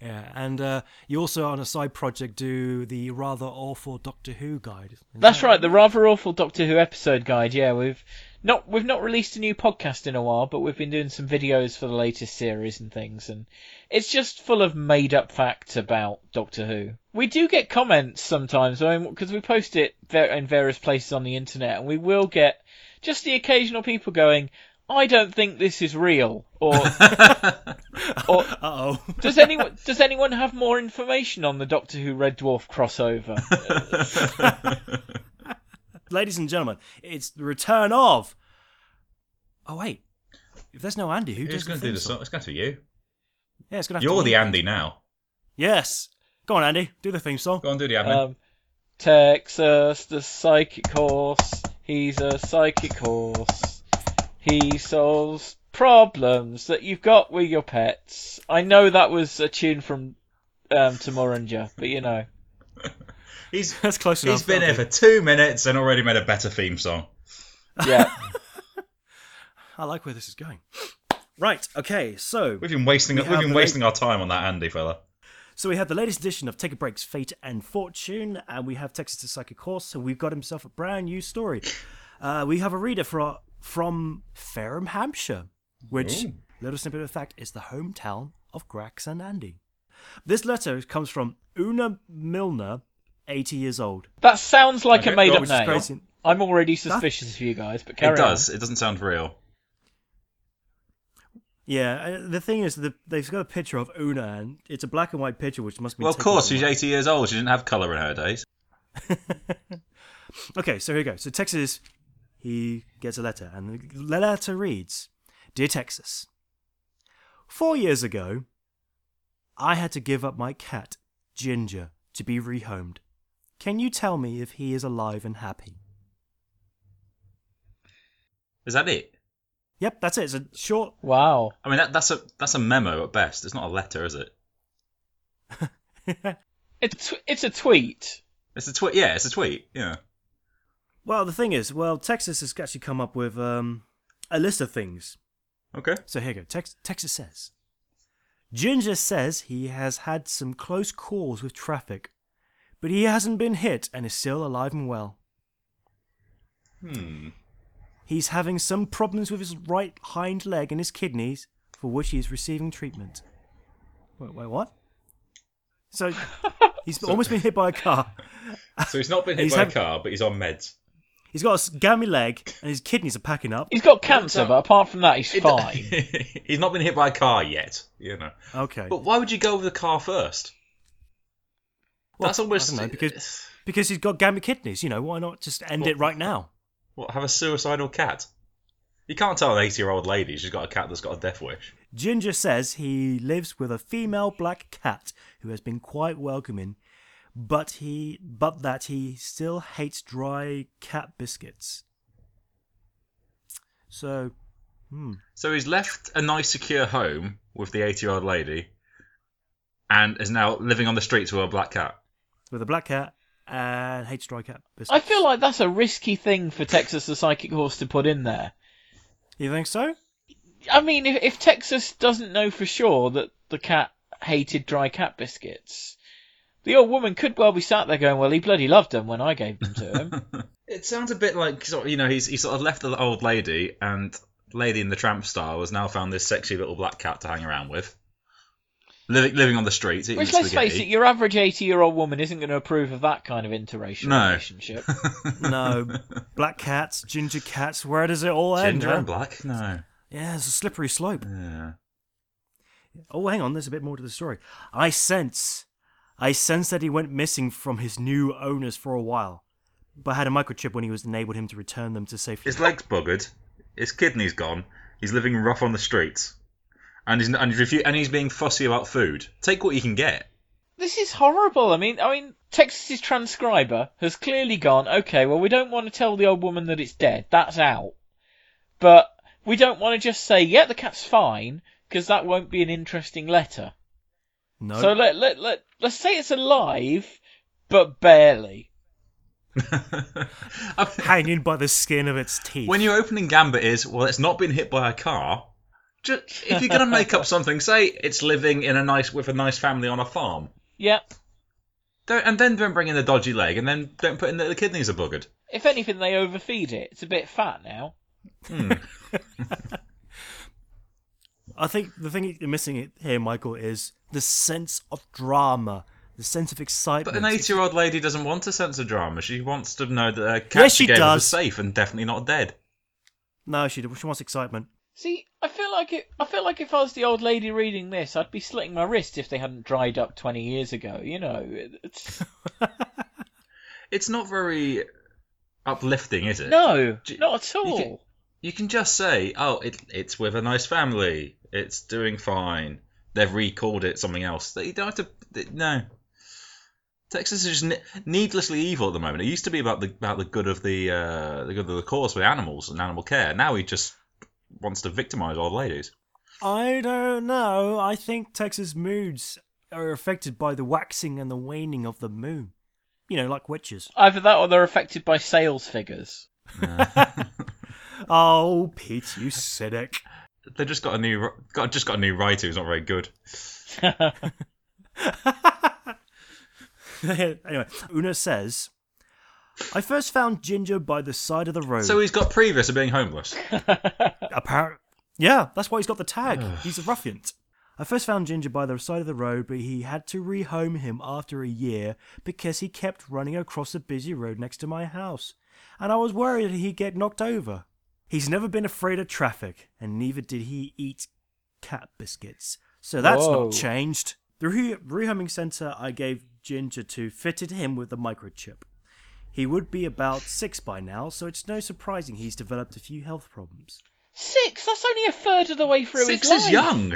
Speaker 3: Yeah. And uh, you also on a side project do the rather awful Doctor Who guide. Is
Speaker 5: That's
Speaker 3: that-
Speaker 5: right, the rather awful Doctor Who episode guide. Yeah, we've not we've not released a new podcast in a while, but we've been doing some videos for the latest series and things, and it's just full of made up facts about Doctor Who. We do get comments sometimes, I mean, because we post it ver- in various places on the internet, and we will get just the occasional people going, "I don't think this is real," or or
Speaker 3: Uh oh.
Speaker 5: does anyone does anyone have more information on the Doctor Who Red Dwarf crossover?
Speaker 3: Ladies and gentlemen, it's the return of Oh wait. If there's no Andy, who
Speaker 4: Who's
Speaker 3: does
Speaker 4: going to
Speaker 3: theme
Speaker 4: do the
Speaker 3: song?
Speaker 4: song? It's going to be you.
Speaker 3: Yeah, it's gonna have to
Speaker 4: You're
Speaker 3: be
Speaker 4: the
Speaker 3: me.
Speaker 4: Andy now.
Speaker 3: Yes. Go on, Andy, do the theme song.
Speaker 4: Go on, do the
Speaker 3: Uh,
Speaker 4: admin.
Speaker 5: Um, Texas, the psychic horse. He's a psychic horse. He solves problems that you've got with your pets. I know that was a tune from um, Tamorunja, but you know.
Speaker 4: he's
Speaker 3: That's close enough.
Speaker 4: he's been here
Speaker 3: that'll
Speaker 4: for
Speaker 3: do.
Speaker 4: two minutes and already made a better theme song.
Speaker 5: Yeah.
Speaker 3: I like where this is going. Right, okay, so
Speaker 4: We've been wasting
Speaker 3: We
Speaker 4: we
Speaker 3: have
Speaker 4: have been
Speaker 3: the
Speaker 4: wasting our time on that Andy fella.
Speaker 3: So we have the latest edition of Take a Break's Fate and Fortune, and we have Texas to Psychic Horse, so we've got himself a brand new story. Uh, we have a reader for, from Fareham, Hampshire, which, little snippet of fact, is the hometown of Grax and Andy. This letter comes from Una Milner, 80 years old.
Speaker 5: That sounds like
Speaker 4: Okay,
Speaker 5: a made
Speaker 4: well,
Speaker 5: up
Speaker 4: which
Speaker 3: Which is
Speaker 5: name.
Speaker 3: crazy.
Speaker 5: I'm already suspicious of you guys, but carry
Speaker 4: it does. It doesn't sound real.
Speaker 3: Yeah, uh, the thing is, the, they've got a picture of Una, and it's a black and white picture, which must be.
Speaker 4: Well, of
Speaker 3: taken
Speaker 4: course,
Speaker 3: from-
Speaker 4: she's 80 years old. She didn't have colour in her days.
Speaker 3: Okay, so here we go. So Texas, he gets a letter, and the letter reads Dear Texas, Four years ago, I had to give up my cat, Ginger, to be rehomed. Can you tell me if he is alive and happy?
Speaker 4: Is that it?
Speaker 3: Yep, that's it. It's a short.
Speaker 5: on. Wow.
Speaker 4: I mean, that, that's a that's a memo at best. It's not a letter, is it?
Speaker 5: It's, it's a tweet.
Speaker 4: It's a tweet. Yeah, it's a tweet. Yeah.
Speaker 3: well, the thing is, well, Texas has actually come up with um, a list of things.
Speaker 4: Okay.
Speaker 3: So here you go. Tex- Texas says Ginger says he has had some close calls with traffic, but he hasn't been hit and is still alive and well.
Speaker 4: Hmm.
Speaker 3: He's having some problems with his right hind leg and his kidneys, for which he is receiving treatment. Wait, wait, what? So he's almost been hit by a car.
Speaker 4: So he's not been hit
Speaker 3: He's
Speaker 4: by
Speaker 3: hav-
Speaker 4: a car, but he's on meds.
Speaker 3: He's got a s- gammy leg and his kidneys are packing up.
Speaker 5: He's got cancer,
Speaker 4: sound-
Speaker 5: but apart from that, he's
Speaker 4: It-
Speaker 5: fine.
Speaker 4: he's not been hit by a car yet. You know.
Speaker 3: Okay.
Speaker 4: But why would you go with a car first?
Speaker 3: Well,
Speaker 4: that's almost
Speaker 3: I don't know, because- Because he's got gammy kidneys, you know, why not just end it right now?
Speaker 4: what have a suicidal cat. You can't tell an eighty-year-old lady she's got a cat that's got a death wish.
Speaker 3: Ginger says he lives with a female black cat who has been quite welcoming, but he but that he still hates dry cat biscuits. So, hmm.
Speaker 4: So he's left a nice, secure home with the eighty-year-old lady, and is now living on the streets with a black cat.
Speaker 3: with a black cat and hates dry cat. Biscuits.
Speaker 5: I feel like that's a risky thing for Texas the Psychic Horse to put in there.
Speaker 3: you think so.
Speaker 5: I mean, if, if Texas doesn't know for sure that the cat hated dry cat biscuits, the old woman could well be sat there going, "Well, he bloody loved them when I gave them to him."
Speaker 4: It sounds a bit like sort of, you know he's he sort of left the old lady and lady in the tramp style has now found this sexy little black cat to hang around with, living living on the streets. Eating
Speaker 5: Which, let's
Speaker 4: spaghetti.
Speaker 5: face it, your average eighty-year-old woman isn't going to approve of that kind of interracial
Speaker 4: No.
Speaker 5: relationship.
Speaker 3: No, black cats, ginger cats. Where does it all end?
Speaker 4: Ginger
Speaker 3: huh?
Speaker 4: and black? No.
Speaker 3: Yeah, it's a slippery slope.
Speaker 4: Yeah.
Speaker 3: Oh, hang on, there's a bit more to the story. I sense, I sense that he went missing from his new owners for a while, but had a microchip when he was enabled him to return them to safety.
Speaker 4: His legs buggered. His kidneys gone. He's living rough on the streets, and he's and he's, refu- and he's being fussy about food. Take what you can get.
Speaker 5: This is horrible. I mean, I mean, Texas's transcriber has clearly gone. Okay, well, we don't want to tell the old woman that it's dead. That's out. But we don't want to just say, "Yeah, the cat's fine," because that won't be an interesting letter.
Speaker 3: No,
Speaker 5: So let let let let's say it's alive, but barely.
Speaker 4: I mean,
Speaker 3: hanging by the skin of its teeth.
Speaker 4: when your opening gambit is well, it's not been hit by a car. Just, if you're gonna make up something, say it's living in a nice with a nice family on a farm.
Speaker 5: Yep.
Speaker 4: Don't, and then don't bring in the dodgy leg, and then don't put in that the kidneys are buggered.
Speaker 5: If anything, they overfeed it. It's a bit fat now.
Speaker 3: I think the thing you're missing here, Michael, is the sense of drama, the sense of
Speaker 4: But
Speaker 3: excitement.
Speaker 4: an eighty-year-old lady doesn't want a sense of drama. She wants to know that her cat
Speaker 3: Yes, she
Speaker 4: gave her
Speaker 3: does.
Speaker 4: was safe and definitely not dead.
Speaker 3: no, she she wants excitement.
Speaker 5: See, I feel like it. I feel like if I was the old lady reading this, I'd be slitting my wrists if they hadn't dried up twenty years ago. You know, It- it's,
Speaker 4: It's not very uplifting, is it?
Speaker 5: no,
Speaker 4: Do-
Speaker 5: not at
Speaker 4: you
Speaker 5: all.
Speaker 4: get- You can just say, "Oh, it, it's with a nice family. It's doing fine. They've recalled it something else." That you don't have to. th- No. Texas is just ne- needlessly evil at the moment. It used to be about the about the good of the uh, the good of the cause with animals and animal care. Now he just wants to victimize old ladies.
Speaker 3: I don't know. I think Texas moods are affected by the waxing and the waning of the moon. You know, like witches.
Speaker 5: Either that or they're affected by sales figures.
Speaker 3: Oh, Pete, you cynic.
Speaker 4: They just got a new ri- got just got a new writer who's not very good.
Speaker 3: anyway, Una says, I first found Ginger by the side of the road.
Speaker 4: So he's got previous of being homeless.
Speaker 3: Appar- yeah, that's why he's got the tag. he's a ruffian. I first found Ginger by the side of the road, but he had to rehome him after a year because he kept running across a busy road next to my house, and I was worried he'd get knocked over. He's never been afraid of traffic, and neither did he eat cat biscuits. So that's
Speaker 5: Whoa.
Speaker 3: not changed. The re- rehoming centre I gave Ginger to fitted him with a microchip. He would be about six by now, so it's no surprising he's developed a few health problems.
Speaker 5: Six? That's only a third of the way through
Speaker 4: Six
Speaker 5: his life.
Speaker 4: is young.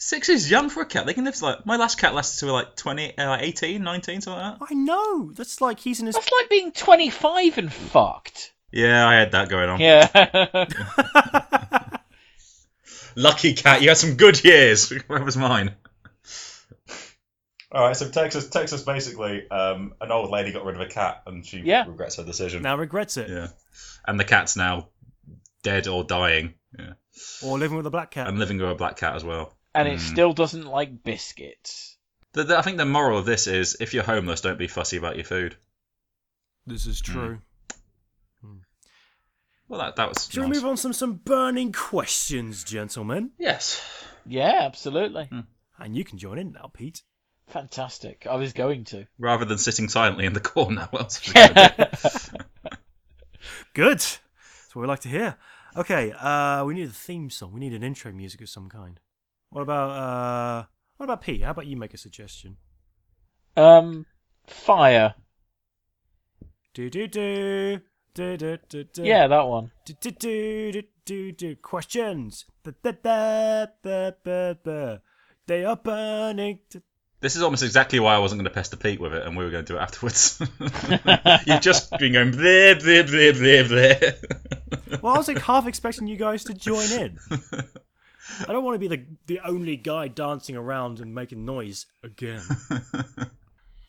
Speaker 4: Six is young for a cat. They can live to like my last cat lasted to like 20, uh, 18, 19, something like that.
Speaker 3: I know. That's like he's in his.
Speaker 5: That's like being 25 and fucked.
Speaker 4: Yeah, I had that going on.
Speaker 5: Yeah.
Speaker 4: Lucky cat, you had some good years. Where was mine? All right, so Texas, Texas, basically, um, an old lady got rid of a cat, and she
Speaker 5: Yeah.
Speaker 4: regrets her decision.
Speaker 3: now regrets it,
Speaker 4: Yeah, and the cat's now dead or dying. Yeah,
Speaker 3: or living with a black cat.
Speaker 4: and living with a black cat as well.
Speaker 5: and it still doesn't like biscuits.
Speaker 4: The, the, I think the moral of this is: if you're homeless, don't be fussy about your food.
Speaker 3: this is true.
Speaker 4: Mm. Well, that that was.
Speaker 3: Shall we
Speaker 4: nice.
Speaker 3: move on some some burning questions, gentlemen?
Speaker 4: Yes.
Speaker 5: Yeah, absolutely.
Speaker 3: And you can join in now, Pete.
Speaker 5: Fantastic. I was going to.
Speaker 4: Rather than sitting silently in the corner, what else? was I gonna do?
Speaker 3: Good. That's what we like to hear. Okay, uh, we need a theme song. We need an intro music of some kind. What about uh, what about Pete? How about you make a suggestion?
Speaker 5: Um, fire.
Speaker 3: Do do do do do do do.
Speaker 5: Yeah, that one.
Speaker 3: Do do do do do do. Questions. Da, da, da, da, da, da. They are burning. Da,
Speaker 4: This is almost exactly why I wasn't going to pester Pete with it, and we were going to do it afterwards. You've just been going blah blah blah blah blah.
Speaker 3: Well, I was like half expecting you guys to join in. I don't want to be the the only guy dancing around and making noise again.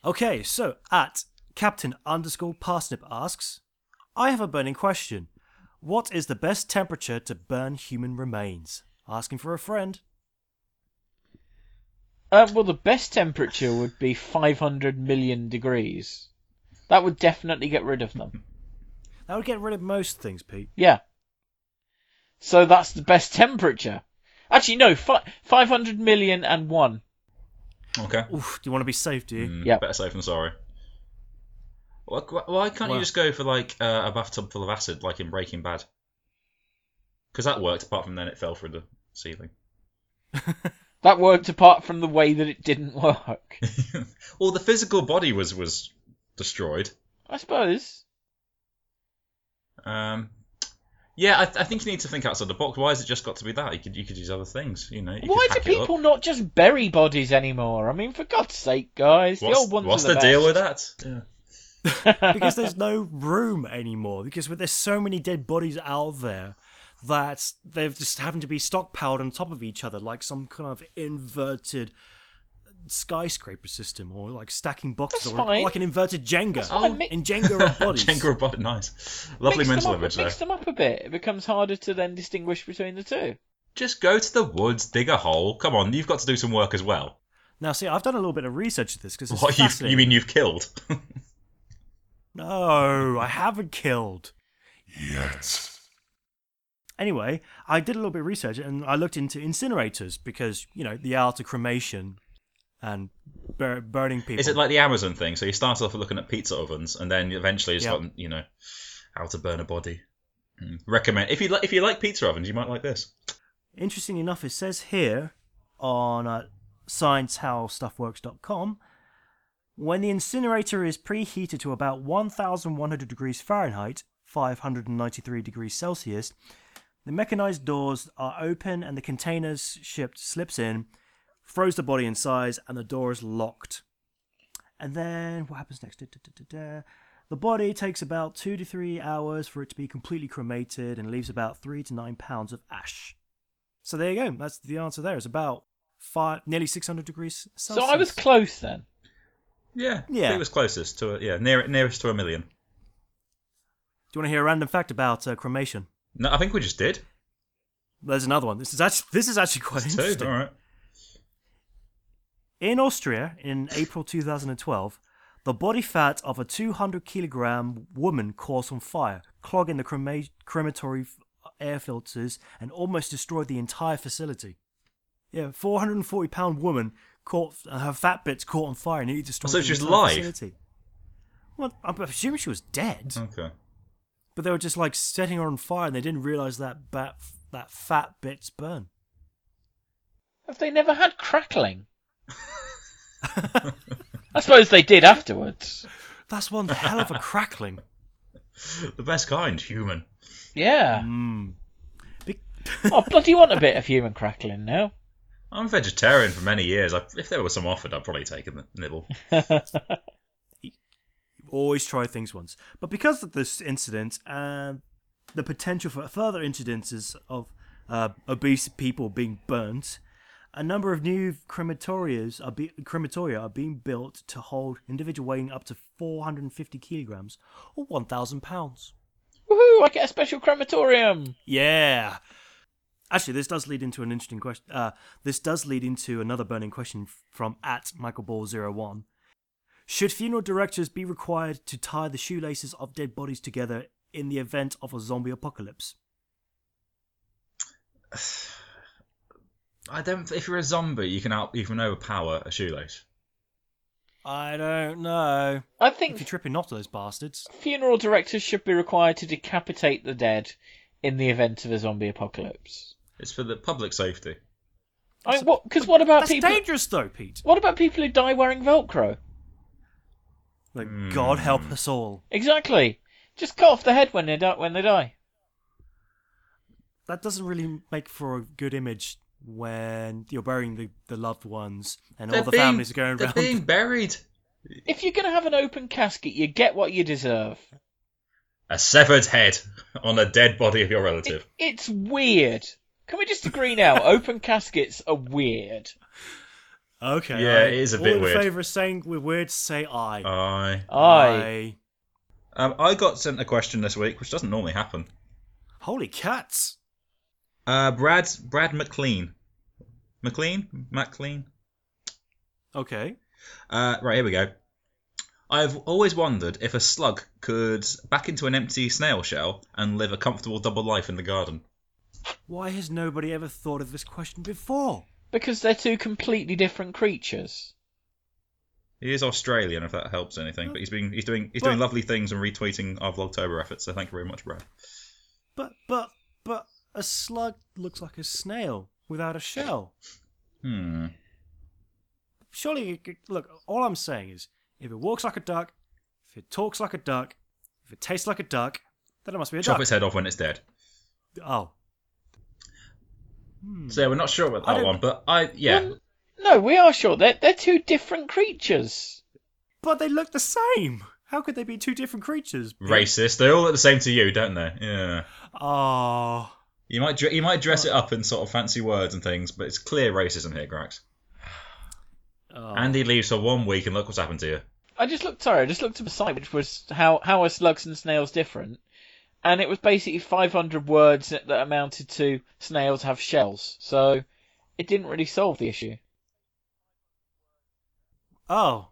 Speaker 3: okay, so at Captain underscore Parsnip asks, I have a burning question. What is the best temperature to burn human remains? Asking for a friend.
Speaker 5: Uh, well, the best temperature would be 500 million degrees. That would definitely get rid of them.
Speaker 3: That would get rid of most things, Pete.
Speaker 5: Yeah. So that's the best temperature. Actually, no, fi- 500 million and one.
Speaker 4: Okay.
Speaker 3: Oof, do you want to be safe, do you?
Speaker 4: Mm,
Speaker 5: Yep.
Speaker 4: Better safe than sorry. Why, why- why can't you just go for like uh, a bathtub full of acid, like in Breaking Bad? Because that worked. Apart from then, it fell through the ceiling.
Speaker 5: That worked apart from the way that it didn't work.
Speaker 4: well, the physical body was was destroyed.
Speaker 5: I suppose.
Speaker 4: Um, yeah, I, I think you need to think outside the box. Why has it just got to be that? You could you could use other things. You know. You
Speaker 5: Why
Speaker 4: could hack
Speaker 5: do
Speaker 4: it up.
Speaker 5: people not just bury bodies anymore? I mean, for God's sake, guys. the
Speaker 4: What's,
Speaker 5: old ones
Speaker 4: what's
Speaker 5: are
Speaker 4: the,
Speaker 5: the,
Speaker 4: deal with
Speaker 5: best.
Speaker 4: that? Yeah.
Speaker 3: because there's no room anymore. Because with- there's so many dead bodies out there that they've just happened to be stockpiled on top of each other, like some kind of inverted skyscraper system, or like stacking boxes,
Speaker 5: That's
Speaker 3: or
Speaker 5: fine.
Speaker 3: like an inverted Jenga.
Speaker 5: That's fine. Mi-
Speaker 3: in Jenga of bodies.
Speaker 4: Jenga body, nice. Lovely
Speaker 5: mix
Speaker 4: mental
Speaker 5: them up,
Speaker 4: image there.
Speaker 5: Mix them up a bit. It becomes harder to then distinguish between the two.
Speaker 4: Just go to the woods, dig a hole. Come on, you've got to do some work as well.
Speaker 3: Now, see, I've done a little bit of research of this because it's
Speaker 4: What you
Speaker 3: fascinating.
Speaker 4: you mean you've killed?
Speaker 3: No, I haven't killed.
Speaker 2: Yet.
Speaker 3: Anyway, I did a little bit of research and I looked into incinerators because, you know, the art of cremation and bur- burning people.
Speaker 4: Is it like the Amazon thing? So you start off looking at pizza ovens, and then eventually it's
Speaker 3: Yeah.
Speaker 4: like you know how to burn a body. Mm. Recommend if you like if you like pizza ovens, you might like this.
Speaker 3: Interestingly enough, it says here on uh, sciencehowstuffworks.com when the incinerator is preheated to about 1100 degrees Fahrenheit, 593 degrees Celsius, the mechanized doors are open and the container's shipped slips in, froze the body in size, and the door is locked. And then what happens next? Da, da, da, da, da. The body takes about two to three hours for it to be completely cremated and leaves about three to nine pounds of ash. So there you go. That's the answer. There. It's about five, nearly 600 degrees Celsius.
Speaker 5: So I was close then.
Speaker 4: Yeah,
Speaker 3: Yeah.
Speaker 4: It was closest to a, yeah near, nearest to a million.
Speaker 3: Do you want to hear a random fact about uh, cremation?
Speaker 4: No, I think we just did.
Speaker 3: There's another one. This is actually this is actually quite
Speaker 4: That's two.
Speaker 3: interesting.
Speaker 4: All right.
Speaker 3: In Austria, in April 2012, the body fat of a 200 kilogram woman caught on fire, clogging the crema- crematory f- air filters and almost destroyed the entire facility. Yeah, 440 pound woman caught uh, her fat bits caught on fire and nearly destroyed
Speaker 4: So
Speaker 3: the
Speaker 4: she's
Speaker 3: entire
Speaker 4: live?
Speaker 3: facility. Well, I'm assuming she was dead.
Speaker 4: Okay.
Speaker 3: But they were just like setting her on fire, and they didn't realize that bat, that fat bits burn.
Speaker 5: Have they never had crackling? I suppose they did afterwards.
Speaker 3: That's one hell of a crackling.
Speaker 4: The best kind, human.
Speaker 5: Yeah.
Speaker 4: Hmm.
Speaker 3: Mm. Be-
Speaker 5: I bloody want a bit of human crackling now.
Speaker 4: I'm vegetarian for many years. I, if there was some offered, I'd probably take a nibble.
Speaker 3: Always try things once. But because of this incident and the potential for further incidences of uh, obese people being burnt, a number of new crematorias are be- crematoria are being built to hold individual weighing up to 450 kilograms or 1,000 pounds.
Speaker 5: Woohoo, I get a special crematorium.
Speaker 3: Yeah. Actually, this does lead into an interesting question. Uh, this does lead into another burning question f- from at Michael Ball one Should funeral directors be required to tie the shoelaces of dead bodies together in the event of a zombie apocalypse?
Speaker 4: I don't. If you're a zombie, you can out you can overpower a shoelace.
Speaker 3: I don't know.
Speaker 5: I
Speaker 3: If
Speaker 5: think
Speaker 3: you're tripping off those bastards,
Speaker 5: funeral directors should be required to decapitate the dead in the event of a zombie apocalypse.
Speaker 4: It's for the public safety.
Speaker 5: I mean, what? Because what about
Speaker 3: that's
Speaker 5: people?
Speaker 3: dangerous though, Pete.
Speaker 5: What about people who die wearing Velcro?
Speaker 3: Like, God help us all.
Speaker 5: Exactly. Just cut off the head when they die. When they die.
Speaker 3: That doesn't really make for a good image when you're burying the, the loved ones and all the
Speaker 4: being-
Speaker 3: families are going
Speaker 4: They're
Speaker 3: around.
Speaker 4: being buried.
Speaker 5: If you're gonna have an open casket, you get what you deserve.
Speaker 4: A severed head on a dead body of your relative.
Speaker 5: It's weird. Can we just agree now? open caskets are weird.
Speaker 3: Okay.
Speaker 4: Yeah,
Speaker 3: all
Speaker 4: it is a
Speaker 3: All
Speaker 4: bit
Speaker 3: in
Speaker 4: weird. Oh.
Speaker 3: favour of saying we're weird, say I.
Speaker 4: Aye.
Speaker 5: Aye.
Speaker 4: Um, I got sent a question this week, which doesn't normally happen.
Speaker 3: Holy cats.
Speaker 4: Uh, Brad Brad McLean, McLean McLean.
Speaker 3: Okay.
Speaker 4: Uh, right here we go. I've always wondered if a slug could back into an empty snail shell and live a comfortable double life in the garden.
Speaker 3: Why has nobody ever thought of this question before?
Speaker 5: Because they're two completely different creatures.
Speaker 4: He is Australian, if that helps anything. But he's been he's doing he's
Speaker 3: Well-
Speaker 4: doing lovely things and retweeting our Vlogtober efforts. So thank you very much, Brad.
Speaker 3: But but but a slug looks like a snail without a shell.
Speaker 4: Hmm.
Speaker 3: Surely, it could- look. All I'm saying is, if it walks like a duck, if it talks like a duck, if it tastes like a duck, then it must be a
Speaker 4: Chop
Speaker 3: duck.
Speaker 4: its head off when it's dead.
Speaker 3: Oh,
Speaker 4: So yeah, we're not sure about
Speaker 3: Hmm. I
Speaker 4: that
Speaker 3: don't-
Speaker 4: one, but I yeah.
Speaker 5: Well, no, we are sure. They're, they're two different creatures.
Speaker 3: but they look the same. How could they be two different creatures? Pete?
Speaker 4: Racist. They all look the same to you, don't they? Yeah.
Speaker 3: Oh,
Speaker 4: You might dre- you might dress it up in sort of fancy words and things, but it's clear racism here, Grax.
Speaker 3: oh.
Speaker 4: Andy leaves for one week and look what's happened to you.
Speaker 5: I just looked, sorry, I just looked up a site which was how, how are slugs and snails different? And it was basically 500 words that, that amounted to snails have shells. So it didn't really solve the issue.
Speaker 3: oh.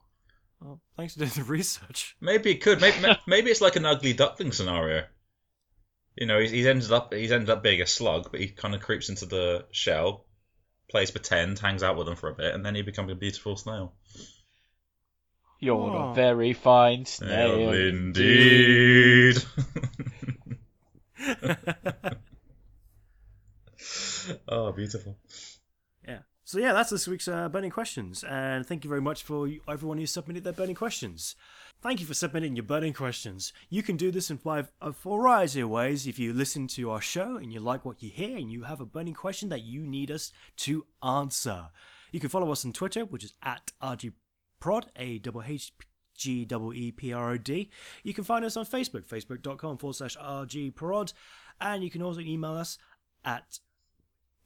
Speaker 3: Well, thanks for doing the research.
Speaker 4: Maybe it could. Maybe ma- maybe it's like an ugly duckling scenario. You know, he's, he's ended up he's ended up being a slug, but he kind of creeps into the shell, plays pretend, hangs out with them for a bit, and then he becomes a beautiful snail.
Speaker 5: You're
Speaker 3: Oh.
Speaker 5: a very fine snail.
Speaker 4: Well, indeed. oh, beautiful.
Speaker 3: Yeah. So yeah, that's this week's uh, burning questions, and thank you very much for you- everyone who submitted their burning questions. Thank you for submitting your burning questions. You can do this in five a variety of ways. If you listen to our show and you like what you hear, and you have a burning question that you need us to answer, you can follow us on Twitter, which is at rgprod, a double h G double E P R O D. You can find us on Facebook, facebook.com forward slash rgprod, and you can also email us at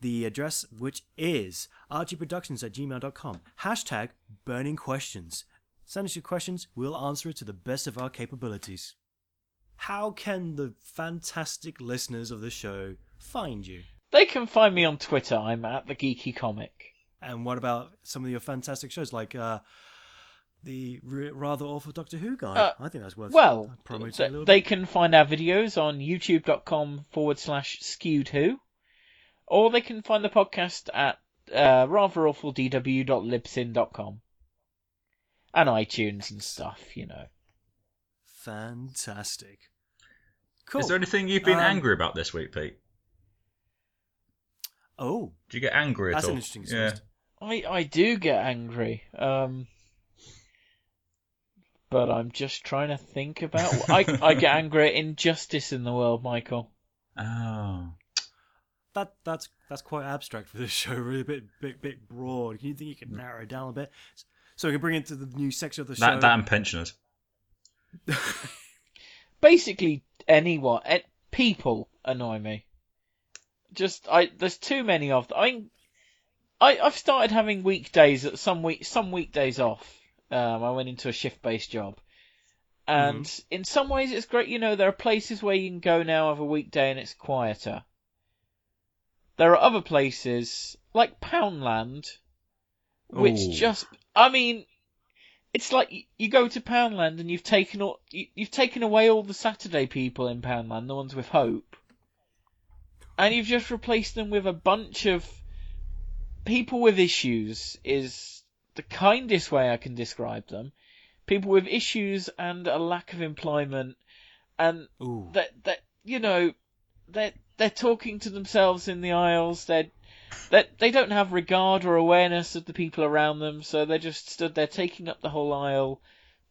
Speaker 3: the address, which is rgproductions at gmail.com. Hashtag burning questions. Send us your questions, we'll answer it to the best of our capabilities. How can the fantastic listeners of the show find you?
Speaker 5: They can find me on Twitter. I'm at the Geeky Comic.
Speaker 3: And what about some of your fantastic shows, like uh, the r- rather awful Doctor Who guy?
Speaker 5: Uh,
Speaker 3: I think that's worth
Speaker 5: Well,
Speaker 3: promoting a
Speaker 5: th-
Speaker 3: little
Speaker 5: they
Speaker 3: bit.
Speaker 5: can find our videos on youtube.com forward slash skewed who, or they can find the podcast at uh, ratherawfuldw.libsyn.com and iTunes and stuff, you know.
Speaker 3: Fantastic. Cool.
Speaker 4: Is there anything you've been
Speaker 3: Um,
Speaker 4: angry about this week, Pete?
Speaker 3: oh,
Speaker 4: Do you get angry at
Speaker 3: that's
Speaker 4: all?
Speaker 3: an interesting
Speaker 4: Yeah.
Speaker 3: twist.
Speaker 5: I, I do get angry, um, but I'm just trying to think about. I, I get angry at injustice in the world, Michael.
Speaker 4: Oh.
Speaker 3: That that's that's quite abstract for this show. Really, a bit bit bit broad. Can you think you can narrow it down a bit? So we can bring it to the new section of the show.
Speaker 4: That, that and pensioners.
Speaker 5: basically anyone eh, people annoy me just i there's too many of them i mean, I, I've started having weekdays at some week some weekdays off. Um, I went into a shift based job, and in some ways it's great. You know, there are places where you can go now of a weekday and it's quieter. There are other places like Poundland, which
Speaker 4: Ooh.
Speaker 5: just I mean, it's like you, you go to Poundland and you've taken all you, you've taken away all the Saturday people in Poundland, the ones with hope, and you've just replaced them with a bunch of people with issues is the kindest way I can describe them. People with issues and a lack of employment, and
Speaker 3: Ooh.
Speaker 5: that that you know, they're they're talking to themselves in the aisles. They're that they don't have regard or awareness of the people around them, so they're just stood there taking up the whole aisle,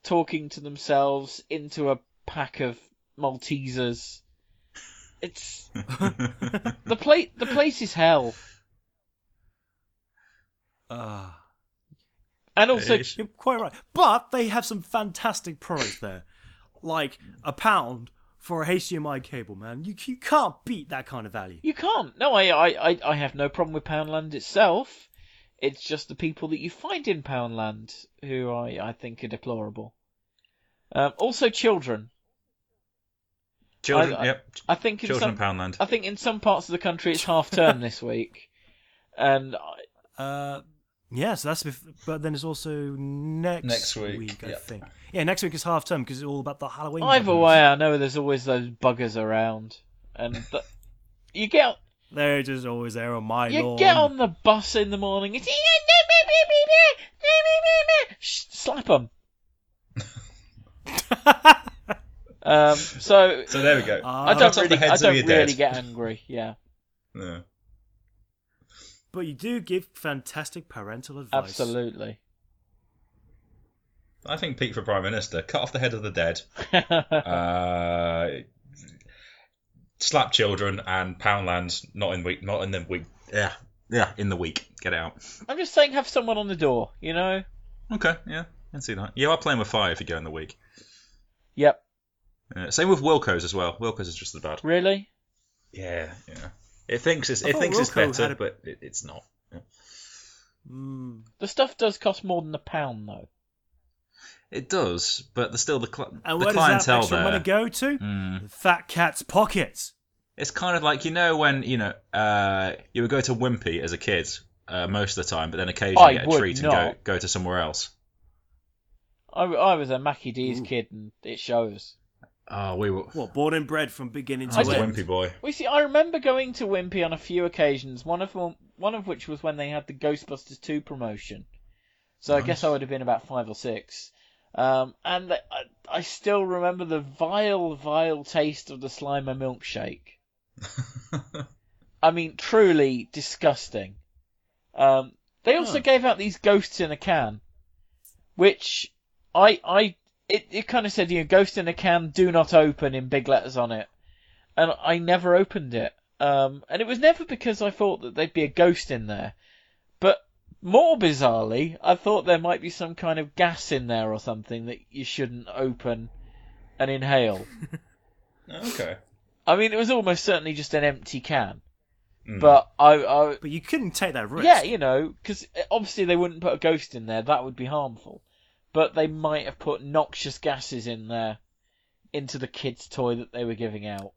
Speaker 5: talking to themselves into a pack of Maltesers. It's the place. The place is hell.
Speaker 3: Ah.
Speaker 5: And also,
Speaker 4: It is.
Speaker 3: You're quite right. But they have some fantastic products there, like a pound for a HDMI cable, man. You, you can't beat that kind of value.
Speaker 5: You can't. No, I, I, I, I have no problem with Poundland itself. It's just the people that you find in Poundland who I, I think are deplorable. Um, also, children.
Speaker 4: Children,
Speaker 5: I- I-
Speaker 4: yep.
Speaker 5: I think in
Speaker 4: Children
Speaker 5: some,
Speaker 4: of Poundland.
Speaker 5: I think in some parts of the country it's half term this week, and I,
Speaker 3: Uh, yeah, so that's bef- but then it's also next
Speaker 4: Next week,
Speaker 3: I
Speaker 4: yeah.
Speaker 3: think. Yeah, next week is half term because it's all about the Halloween.
Speaker 5: either
Speaker 3: buttons.
Speaker 5: way, I know there's always those buggers around, and th- you get
Speaker 3: they're just always there on my
Speaker 5: you
Speaker 3: lawn.
Speaker 5: get on the bus in the morning. It's Sh- slap them. Um, so
Speaker 4: So there we go.
Speaker 5: I
Speaker 3: Ah,
Speaker 5: don't
Speaker 4: top of the
Speaker 5: really, I
Speaker 4: heads of
Speaker 5: don't
Speaker 4: your
Speaker 5: really
Speaker 4: dead.
Speaker 5: get angry. Yeah,
Speaker 4: Yeah.
Speaker 3: but you do give fantastic parental advice.
Speaker 5: absolutely.
Speaker 4: I think Pete for Prime Minister. Cut off the head of the dead. Uh, slap children and Poundland. Not in week. Not in the week. Yeah. Yeah. In the week. Get it out.
Speaker 5: I'm just saying, have someone on the door. You know.
Speaker 4: Okay. Yeah. I can see that. You are playing with fire if you go in the week.
Speaker 5: Yep.
Speaker 4: Uh, same with Wilco's as well. Wilco's is just as bad.
Speaker 5: Really.
Speaker 4: Yeah. Yeah. It thinks it's,
Speaker 3: I
Speaker 4: it
Speaker 3: thought
Speaker 4: thinks it's
Speaker 3: Wilco had
Speaker 4: better,
Speaker 3: a-
Speaker 4: but it, it's not.
Speaker 3: Mm.
Speaker 5: The stuff does cost more than a pound, though.
Speaker 4: It does, but there's still the, cl-
Speaker 3: And
Speaker 4: the
Speaker 3: where does that
Speaker 4: clientele
Speaker 3: extra
Speaker 4: there. Mm.
Speaker 3: money go to? The Fat cat's pockets.
Speaker 4: It's kind of like you know when you know uh, you would go to Wimpy as a kid uh, most of the time, but then occasionally
Speaker 5: I
Speaker 4: get a
Speaker 5: would
Speaker 4: treat and
Speaker 5: not.
Speaker 4: go go to somewhere else.
Speaker 5: I, I was a Mackie D's kid, and it shows.
Speaker 4: Oh, we were.
Speaker 3: What born and bred from beginning
Speaker 4: Oh, I
Speaker 3: to
Speaker 4: was a
Speaker 5: just-
Speaker 3: end.
Speaker 4: Wimpy boy.
Speaker 5: We see. I remember going to Wimpy on a few occasions. One of them, one of which was when they had the Ghostbusters two promotion. So I guess I would have been about five or six. Um, and the, I, I still remember the vile, vile taste of the Slimer milkshake. I mean, truly disgusting. Um, they also gave out these ghosts in a can, which I, I, it, it kind of said, you know, ghost in a can, do not open in big letters on it. And I never opened it. Um, and it was never because I thought that there'd be a ghost in there. But more bizarrely, I thought there might be some kind of gas in there or something that you shouldn't open and inhale.
Speaker 4: Okay.
Speaker 5: I mean, it was almost certainly just an empty can.
Speaker 4: Hmm.
Speaker 5: But I, I,
Speaker 3: But you couldn't take that risk.
Speaker 5: Yeah, you know, because obviously they wouldn't put a ghost in there. That would be harmful. But they might have put noxious gases in there into the kids' toy that they were giving out.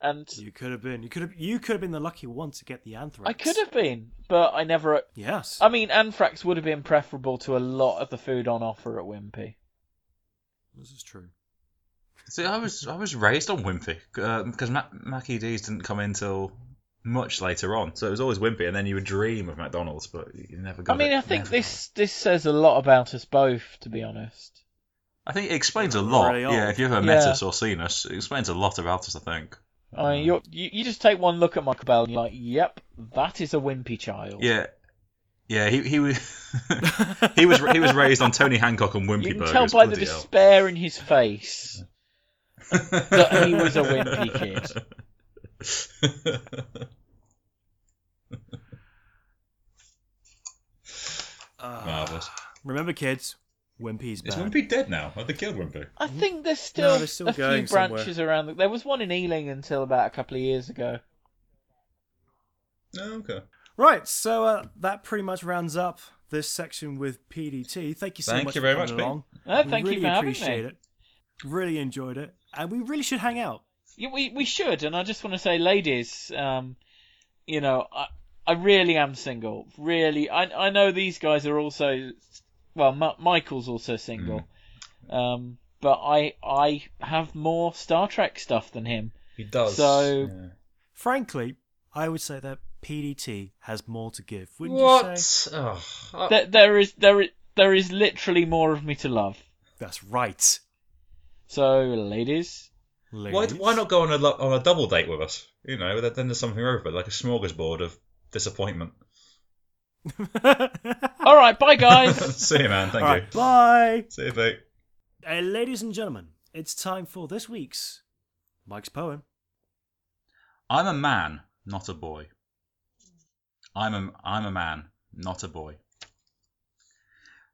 Speaker 5: And
Speaker 3: You could have been. You could have. You could have been the lucky one to get the anthrax.
Speaker 5: I could have Um, been, but I never.
Speaker 3: Yes.
Speaker 5: I mean, anthrax would have been preferable to a lot of the food on offer at Wimpy.
Speaker 3: this is true.
Speaker 4: See, I was I was raised on Wimpy because Mac- Mackie D's didn't come in till much later on, so it was always Wimpy, and then you would dream of McDonald's, but you never got.
Speaker 5: I mean,
Speaker 4: it.
Speaker 5: I think
Speaker 4: Never.
Speaker 5: this this says a lot about us both, to be honest.
Speaker 4: I think it explains a lot.
Speaker 3: Really
Speaker 4: yeah,
Speaker 3: old.
Speaker 4: if you ever met
Speaker 5: Yeah.
Speaker 4: us or seen us, it explains a lot about us. I think.
Speaker 5: I
Speaker 4: Mm.
Speaker 5: mean, you're, you you just take one look at Michael Bell and you're like, "Yep, that is a Wimpy child."
Speaker 4: Yeah, yeah. He he was he was he was raised on Tony Hancock and Wimpy
Speaker 5: You can
Speaker 4: burgers.
Speaker 5: tell by the
Speaker 4: bloody hell.
Speaker 5: despair in his face that he was a wimpy kid.
Speaker 4: Marvelous.
Speaker 3: Remember, kids, Wimpy's
Speaker 4: Ah, Is
Speaker 3: back.
Speaker 4: Wimpy dead now? Have they killed Wimpy?
Speaker 5: I think there's still,
Speaker 3: they're still
Speaker 5: a few
Speaker 3: going
Speaker 5: branches around. The, there was one in Ealing until about a couple of years ago.
Speaker 4: No, okay.
Speaker 3: Right, so uh, that pretty much rounds up this section with PDT. Thank you so
Speaker 4: Thank
Speaker 3: much
Speaker 4: you
Speaker 3: for
Speaker 4: very
Speaker 3: coming
Speaker 4: much, Pete.
Speaker 3: along.
Speaker 5: No,
Speaker 3: We
Speaker 5: thank
Speaker 3: really
Speaker 5: you for having
Speaker 3: appreciate
Speaker 5: me.
Speaker 3: it. Really enjoyed it, and we really should hang out.
Speaker 5: You- We we should, and I just want to say, ladies, um, you know, I I really am single. Really, I I know these guys are also, well, Ma- Michael's also single, um, but I I have more Star Trek stuff than him.
Speaker 4: He does.
Speaker 5: So-
Speaker 3: Frankly, I would say that PDT has more to give. Wouldn't you say?
Speaker 4: what? Oh, I-
Speaker 5: There, there is there is there is literally more of me to love.
Speaker 3: That's right.
Speaker 5: So, ladies,
Speaker 4: why,
Speaker 3: ladies.
Speaker 4: why not go on a lo- on a double date with us? You know, then then there's something over it, like a smorgasbord of disappointment.
Speaker 5: all right, bye guys.
Speaker 4: See you, man. Thank
Speaker 3: All
Speaker 4: you.
Speaker 3: right, bye.
Speaker 4: See you, Pete.
Speaker 3: Uh, ladies and gentlemen, it's time for this week's Mike's poem.
Speaker 4: I'm a man, not a boy. I'm a, I'm a man, not a boy.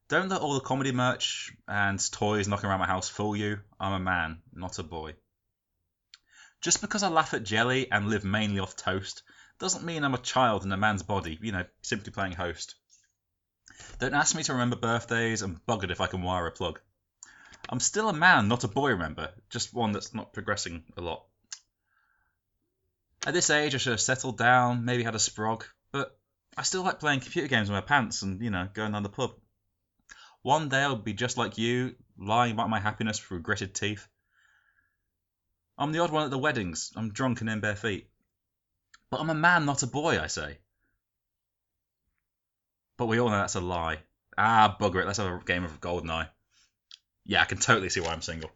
Speaker 4: Don't let all the comedy merch and toys knocking around my house fool you. I'm a man, not a boy. Just because I laugh at jelly and live mainly off toast doesn't mean I'm a child in a man's body, you know, simply playing host. Don't ask me to remember birthdays and buggered if I can wire a plug. I'm still a man, not a boy, remember? Just one that's not progressing a lot. At this age, I should have settled down, maybe had a sprog, but I still like playing computer games in my pants and, you know, going down the pub. One day I'll be just like you, lying about my happiness with regretted teeth. I'm the odd one at the weddings. I'm drunk and in bare feet. But I'm a man, not a boy, I say. But we all know that's a lie. Ah, bugger it. Let's have a game of Goldeneye. Yeah, I can totally see why I'm single.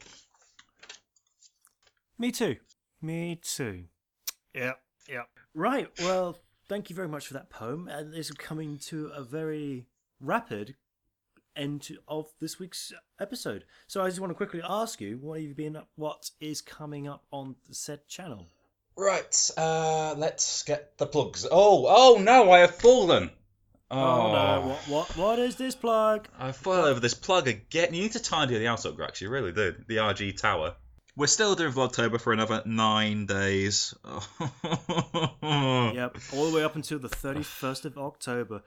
Speaker 3: Me too. Me too. Yep, yep. Right, well, thank you very much for that poem. And this is coming to a very rapid end to- of this week's episode. So I just want to quickly ask you, what have you been up, what is coming up on the said channel?
Speaker 4: Right, uh, let's get the plugs. Oh, oh no, I have fallen. Oh,
Speaker 3: no, what, what, what is this plug?
Speaker 4: I fell over this plug again. You need to tidy the house up, Grax. You really do. The RG Tower. We're still doing Vlogtober for another nine days.
Speaker 3: Yep, all the way up until the 31st of October.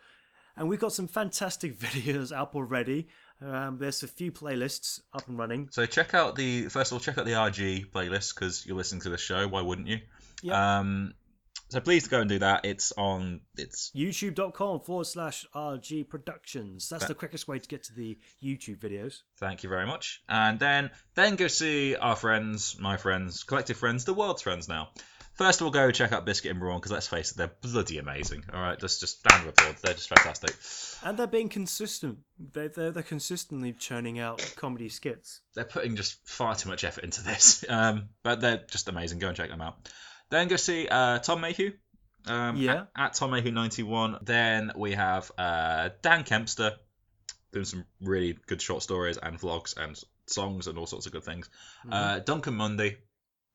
Speaker 3: And we've got some fantastic videos up already. Um, there's a few playlists up and running.
Speaker 4: So check out the first of all, check out the RG playlist because you're listening to the show. Why wouldn't you?
Speaker 3: Yep.
Speaker 4: Um, so please go and do that. It's on. It's
Speaker 3: YouTube.com forward slash RG Productions. That's the quickest way to get to the YouTube videos.
Speaker 4: Thank you very much. And then then go see our friends, my friends, collective friends, the world's friends now. First we'll go check out Biscuit and Brawn because let's face it, they're bloody amazing. All right, just just stand applause. They're just fantastic.
Speaker 3: And they're being consistent. They're, they're, they're consistently churning out comedy skits.
Speaker 4: They're putting just far too much effort into this. Um, but they're just amazing. Go and check them out. Then go see uh, Tom Mayhew. Um,
Speaker 3: Yeah.
Speaker 4: At, at Tom Mayhew ninety one. Then we have uh, Dan Kempster doing some really good short stories and vlogs and songs and all sorts of good things. Uh, Duncan Mundy,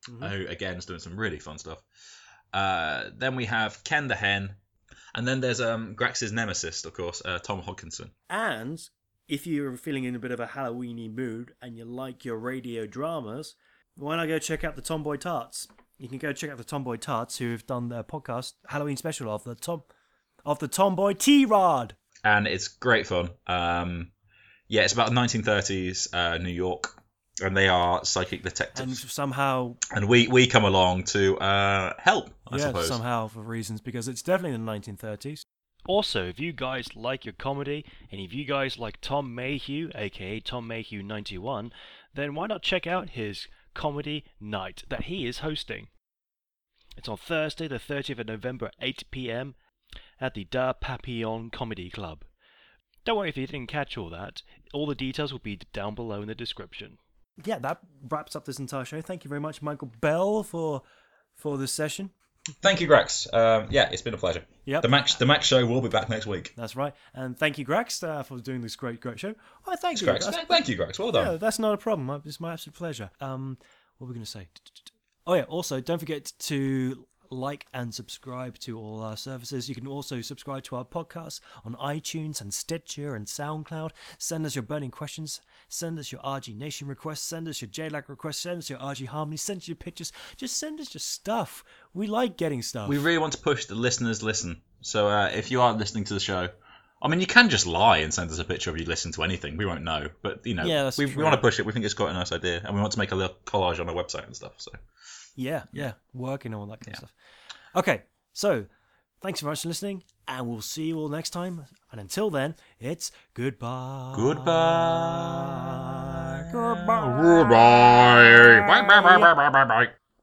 Speaker 4: who again is doing some really fun stuff. Uh, then we have Ken the Hen, and then there's um, Grax's nemesis, of course, uh, Tom Hodkinson.
Speaker 3: And if you're feeling in a bit of a Halloweeny mood and you like your radio dramas, why not go check out the Tomboy Tarts? You can go check out the Tomboy Tarts, who have done their podcast Halloween special of the Tom of the Tomboy T Rod.
Speaker 4: and it's great fun. Um, yeah, it's about 1930s uh, New York, and they are psychic
Speaker 3: And
Speaker 4: detectives,
Speaker 3: somehow,
Speaker 4: and, we we come along to uh, help, I
Speaker 3: yeah,
Speaker 4: suppose.
Speaker 3: somehow for reasons because it's definitely in the 1930s. Also, if you guys like your comedy, and if you guys like Tom Mayhew, aka Tom Mayhew 91, then why not check out his comedy night that he is hosting? It's on Thursday, the 30th of November, 8 pm, at the Da Papillon Comedy Club. Don't worry if you didn't catch all that, all the details will be down below in the description. Yeah, that wraps up this entire show. Thank you very much, Michael Bell, for for this session.
Speaker 4: Thank you, Grax. Um, yeah, it's been a pleasure.
Speaker 3: Yep.
Speaker 4: The Max the Max Show will be back next week.
Speaker 3: That's right. And thank you, Grax, uh, for doing this great, great show. Oh, thank
Speaker 4: Thanks,
Speaker 3: you.
Speaker 4: Grax.
Speaker 3: That's-
Speaker 4: Thank, thank you, Grax. Well
Speaker 3: yeah,
Speaker 4: done.
Speaker 3: that's not a problem. I- It's my absolute pleasure. Um, what are we going to say? Oh, yeah. Also, don't forget to like and subscribe to all our services. You can also subscribe to our podcast on iTunes and Stitcher and SoundCloud. Send us your burning questions. Send us your RG Nation requests. Send us your JLAC requests. Send us your RG Harmony. Send us your pictures. Just send us your stuff. We like getting stuff.
Speaker 4: We really want to push the listeners listen. So uh, if you are listening to the show. I mean, you can just lie and send us a picture of you listening to anything. We won't know, but you know,
Speaker 3: Yeah, that's
Speaker 4: we, we
Speaker 3: true.
Speaker 4: want to push it. We think it's quite a nice idea, and we want to make a little collage on our website and stuff. So,
Speaker 3: Yeah, yeah, working on all that kind of stuff. Okay, so thanks very much for listening, and we'll see you all next time. And until then, it's goodbye.
Speaker 4: goodbye.
Speaker 3: Goodbye.
Speaker 4: Goodbye. Bye, bye, bye, bye, bye, bye.